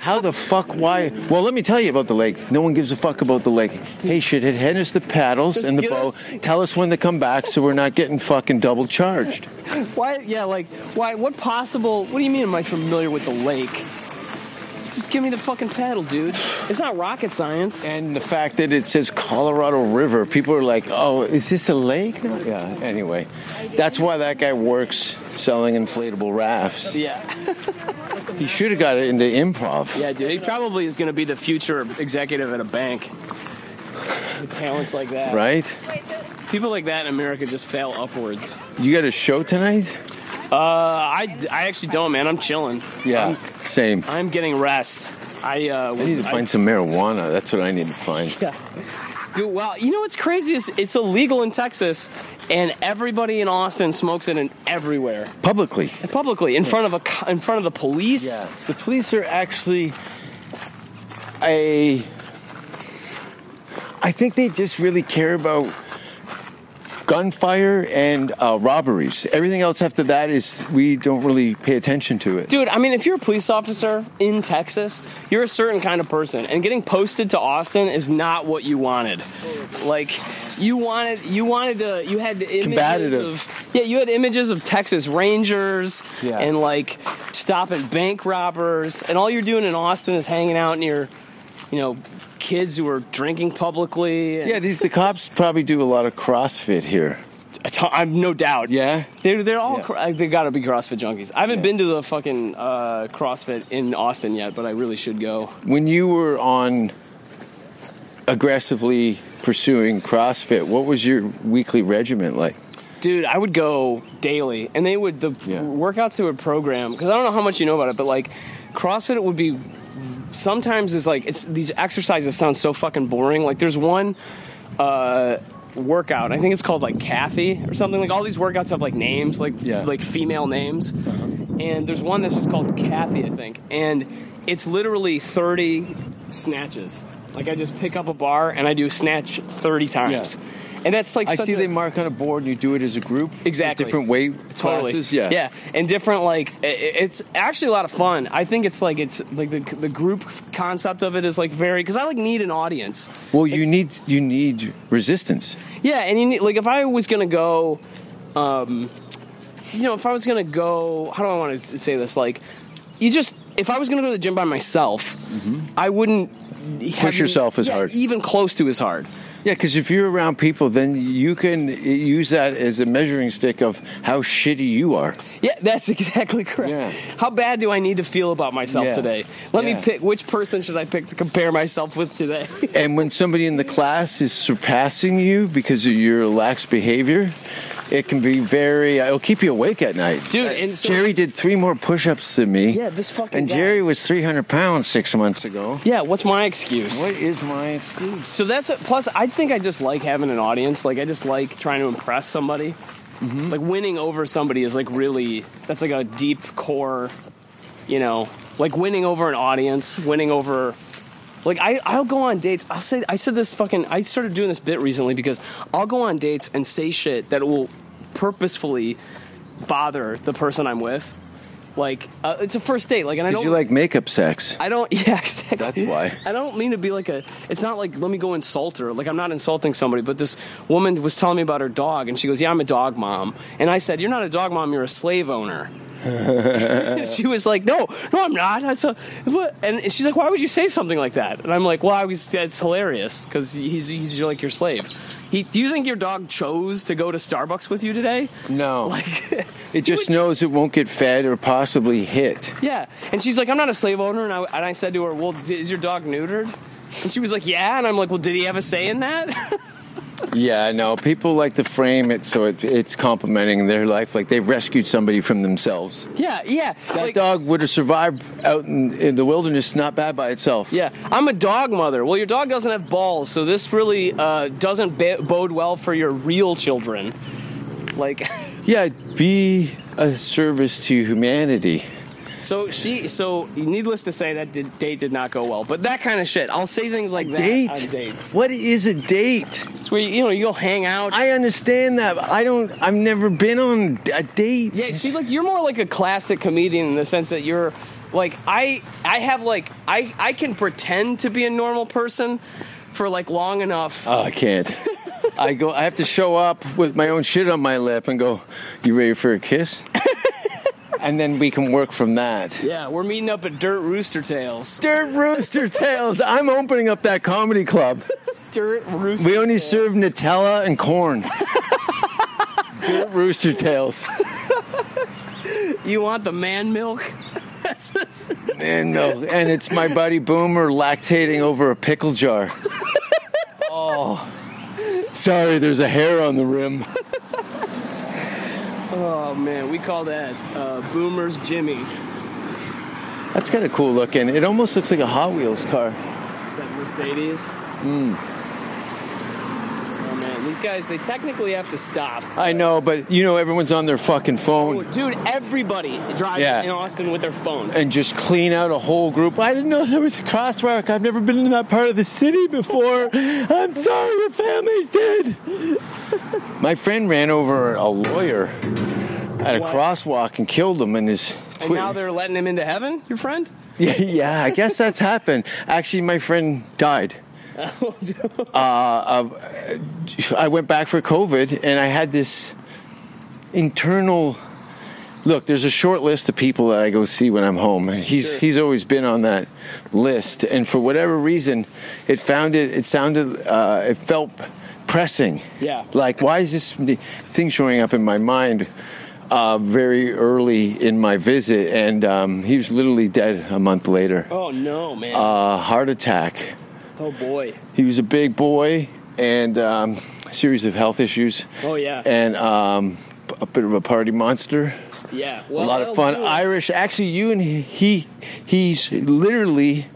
How the fuck? Why? Well, let me tell you about the lake. No one gives a fuck about the lake. Hey, shit, it hand us the paddles
Just
and the
get
bow.
us-
Tell us when to come back so we're not getting fucking double charged.
why yeah like why what possible what do you mean am I familiar with the lake just give me the fucking paddle dude it's not rocket science
And the fact that it says Colorado River, people are like, "Oh, is this a lake?" Yeah. Anyway, that's why that guy works selling inflatable rafts.
yeah
He should have got it into improv.
yeah dude he probably is gonna be the future executive at a bank with talents like that
Right?
people like that in America just fail upwards
You got a show tonight?
Uh, I, I actually don't, man. I'm chilling.
Yeah, same.
I'm getting rest. I uh,
I
was
need to
I-
find some marijuana. That's what I need to find.
Dude, well, you know what's crazy is it's illegal in Texas, and everybody in Austin smokes it in everywhere
Publicly.
And publicly in front of a co- in front of the police.
The police are actually a. I think they just really care about gunfire and uh, robberies. Everything else after that is we don't really pay attention to it.
Dude, I mean, if you're a police officer in Texas, you're a certain kind of person, and getting posted to Austin is not what you wanted. Like, you wanted, you wanted to, you had images
Combative.
of, yeah, you had images of Texas Rangers
Yeah.
and like stopping bank robbers, and all you're doing in Austin is hanging out near, you know, kids who are drinking publicly. and-
Yeah, these the cops probably do a lot of CrossFit here.
a ton, I'm no doubt.
Yeah?
they're they're all
Yeah.
cro- they gotta be CrossFit junkies. I haven't been to the fucking uh, CrossFit in Austin yet, but I really should go.
When you were on aggressively pursuing CrossFit, what was your weekly regimen like?
Dude, I would go daily, and they would the
Yeah.
workouts they would program because I don't know how much you know about it, but like CrossFit would be sometimes is like it's these exercises sound so fucking boring. Like there's one uh, workout, I think it's called like Kathy or something. Like all these workouts have like names, like
Yeah. Uh-huh.
like female names, and there's one that's just called Kathy, I think, and it's literally 30 snatches. Like I just pick up a bar and I do snatch 30 times. And that's like
I
such
see
a-
they mark on a board and you do it as a group. with
Exactly.
Different weight
totally
classes. Yeah.
yeah and different like i- i- it's actually a lot of fun i think it's like it's like the, the group concept of it is like very because i like need an audience
Well, you need you need resistance.
yeah and you need like if i was gonna go um you know if i was gonna go how do i want to say this like you just if i was gonna go to the gym by myself i wouldn't have-
Mm-hmm. yourself as
yeah,
hard.
even close to as hard
Yeah, because if you're around people, then you can uh, use that as a measuring stick of how shitty you are.
Yeah, that's exactly correct.
Yeah.
How bad do I need to feel about myself
Yeah.
today? Let
Yeah.
me pick which person should I pick to compare myself with today?
And when somebody in the class is surpassing you because of your lax behavior, it can be very. It'll keep you awake at night, Uh,
Dude, and so-
Jerry did three more push-ups than me.
Yeah, this fucking
And
guy.
Jerry was 300 pounds six months ago.
yeah, what's my excuse?
What is my excuse?
So that's a, plus I think I just like having an audience. Like I just like trying to impress somebody.
Mm-hmm.
Like winning over somebody is like really that's like a deep core, you know, like winning over an audience, winning over like I, I'll go on dates. I'll say I said this fucking I started doing this bit recently because I'll go on dates and say shit that will purposefully bother the person I'm with. Like uh, it's a first date, like and I
Did
don't
you like makeup sex?
I don't. Yeah, exactly.
That's why.
I don't mean to be like a. It's not like let me go insult her. Like I'm not insulting somebody, but this woman was telling me about her dog, and she goes, "Yeah, I'm a dog mom," and I said, "You're not a dog mom. You're a slave owner." she was like, "No, no, I'm not." That's a what? And she's like, "Why would you say something like that?" And I'm like, "Well, I was. It's hilarious because he's he's like your slave. He, do you think your dog chose to go to Starbucks with you today?
No.
Like."
It just knows it won't get fed or possibly hit.
Yeah. And she's like, I'm not a slave owner. And I, and I said to her, Well, d- is your dog neutered? And she was like, Yeah. And I'm like, Well, did he have a say in that?
Yeah, no. People like to frame it so it, it's complimenting their life, like they rescued somebody from themselves.
yeah. Yeah.
That
Like,
dog would have survived out in, in the wilderness, not bad by itself.
Yeah. I'm a dog mother. Well, your dog doesn't have balls. So this really uh, doesn't ba- bode well for your real children. Like,
yeah. Be a service to humanity.
so she, so needless to say, that did, date did not go well. But that kind of shit. I'll say things like that on dates.
What is a date?
It's where, you know, you go hang out.
I understand that. But I don't. I've never been on a date.
Yeah, see, like you're more like a classic comedian in the sense that you're like I I have like I I can pretend to be a normal person for like long enough.
Oh, I can't. I go. I have to show up with my own shit on my lip and go. You ready for a kiss? and then we can work from that.
yeah, we're meeting up at Dirt Rooster Tails.
Dirt Rooster Tails. I'm opening up that comedy club.
Dirt Rooster.
We only serve Nutella and corn. Dirt Rooster Tails.
you want the man milk?
And no, and it's my buddy Boomer lactating over a pickle jar. Oh, sorry. There's a hair on the rim.
Oh man, we call that uh, Boomer's Jimmy.
That's kind of cool looking. It almost looks like a Hot Wheels car.
That Mercedes. Hmm. Oh man, these guys, they technically have to stop.
I know, but you know everyone's on their fucking phone
Dude, everybody drives
Yeah.
in Austin with their phone.
and just clean out a whole group. I didn't know there was a crosswalk. I've never been in that part of the city before. I'm sorry, your family's dead. My friend ran over a lawyer at a
What?
crosswalk and killed him in his.
And
twi-
now they're letting him into heaven, your friend?
yeah, yeah, I guess that's happened. Actually, my friend died. Uh, I went back for COVID and I had this internal look, there's a short list of people that I go see when I'm home. He's he's always been on that list and for whatever reason it found it it sounded uh, it felt pressing.
Yeah.
Like why is this thing showing up in my mind? Uh, very early in my visit, and um, he was literally dead a month later.
oh no, man.
Uh, heart attack
oh boy.
he was a big boy and um, series of health issues.
Oh, yeah.
and um, a bit of a party monster.
Yeah.
A
Well, oh,
lot of fun.
dude.
Irish. Actually, you and he, he he's literally.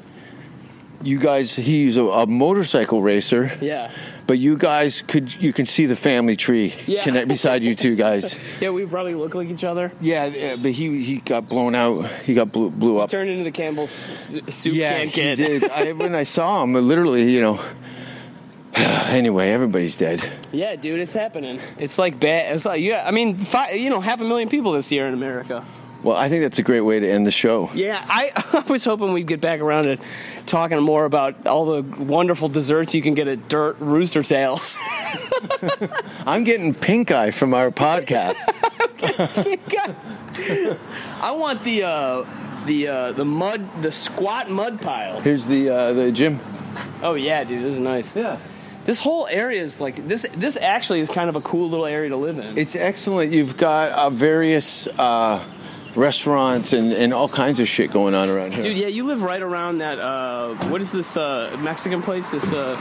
You guys, he's a, a motorcycle racer,
Yeah.
but you guys could you can see the family tree
Yeah.
connect beside you two guys.
Yeah, we probably look like each other.
Yeah, yeah, but he he got blown out. He got blew, blew up.
Turned into the Campbell's su- soup
yeah,
can
he
kid.
did. I, when I saw him, literally, you know. anyway, everybody's dead.
Yeah, dude, it's happening. It's like bad. It's like yeah. I mean, fi you know, half a million people this year in America.
Well, I think that's a great way to end the show.
Yeah, I, I was hoping we'd get back around to talking more about all the wonderful desserts you can get at Dirt Rooster Tails.
I'm getting pink eye from our podcast.
God. I want the uh, the uh, the mud the squat mud pile.
Here's the uh, the gym.
Oh yeah, dude, this is nice.
Yeah,
This whole area is like this. This actually is kind of a cool little area to live in.
it's excellent. You've got uh, various uh, restaurants and, and all kinds of shit going on around here.
Dude, yeah, you live right around that. Uh, what is this uh, Mexican place? This uh,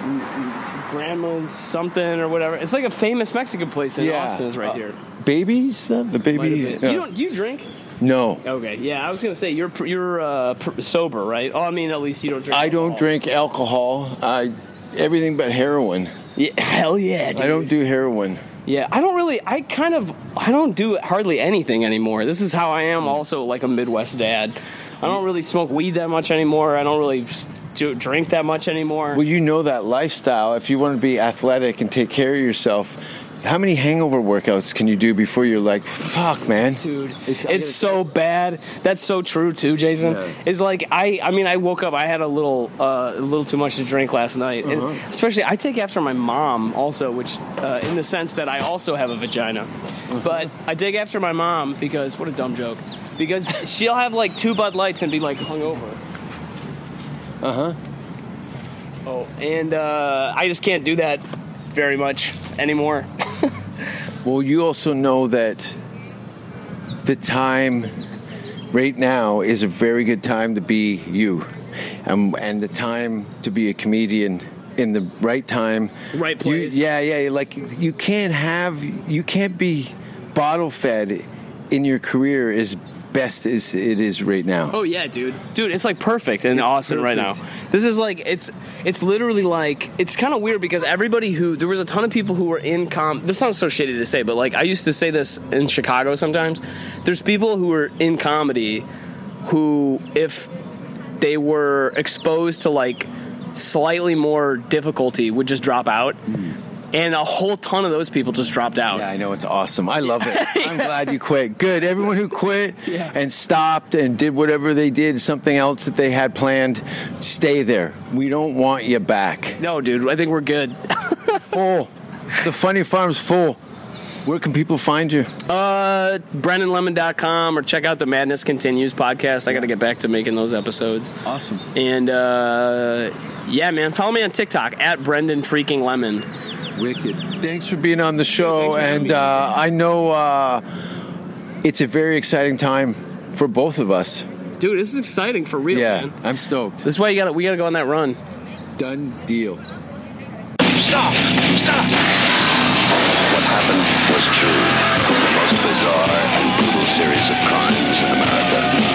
m- m- grandma's something or whatever. It's like a famous Mexican place in
Yeah.
Austin. Is right
Uh,
here.
babies, Uh, the
Might have
baby.
been.
no.
You don't? Do you drink?
no.
Okay. Yeah, I was gonna say you're pr- you're uh, pr- sober, right? Oh, I mean, at least you don't drink.
I don't
alcohol.
drink alcohol. I everything but heroin.
Yeah, hell yeah. Dude.
I don't do heroin.
Yeah, I don't really. I kind of. I don't do hardly anything anymore. This is how I am. Also, like a Midwest dad, I don't really smoke weed that much anymore. I don't really do drink that much anymore.
Well, you know that lifestyle. If you want to be athletic and take care of yourself, how many hangover workouts can you do before you're like, fuck, man?
dude
It's-
it's,
I gotta-
so bad that's so true too jason
Yeah.
it's like i i mean i woke up i had a little uh, a little too much to drink last night And
Uh-huh.
especially i take after my mom also which uh, in the sense that i also have a vagina
Uh-huh.
but i take after my mom because what a dumb joke because she'll have like two bud lights and be like hungover uh-huh
Uh-huh.
oh and uh, i just can't do that very much anymore
Well, you also know that the time right now is a very good time to be you, and and the time to be a comedian in the right time, You-
Right place.
yeah, yeah. Like you can't have, you can't be bottle fed in your career as best as it is right now.
Oh yeah, dude. Dude, it's like perfect in Austin right
perfect.
now. This is like it's it's literally like it's kind of weird because everybody who there was a ton of people who were in com. This sounds so shitty to say, but like I used to say this in Chicago sometimes. There's people who were in comedy who if they were exposed to like slightly more difficulty would just drop out. And a whole ton of those people just dropped out.
Yeah, I know it's awesome. I love it. I'm glad you quit. Good. Everyone who quit and stopped and did whatever they did, something else that they had planned, stay there. We don't want you back.
No, dude, I think we're good.
Full. the funny farm's full. Where can people find you?
Uh, BrennanLemon.com or check out the Madness Continues podcast. I got to get back to making those episodes.
Awesome.
And uh, yeah, man, follow me on TikTok at Brendan Freaking Lemon.
Wicked. Thanks for being on the show.
Thanks for having
And
me.
uh, I know uh, it's a very exciting time for both of us.
Dude, this is exciting for real,
Yeah,
man.
I'm stoked.
This is why you got we got to go on that run.
Done deal.
Stop! Stop!
What happened was true.
most bizarre and brutal series of crimes in America.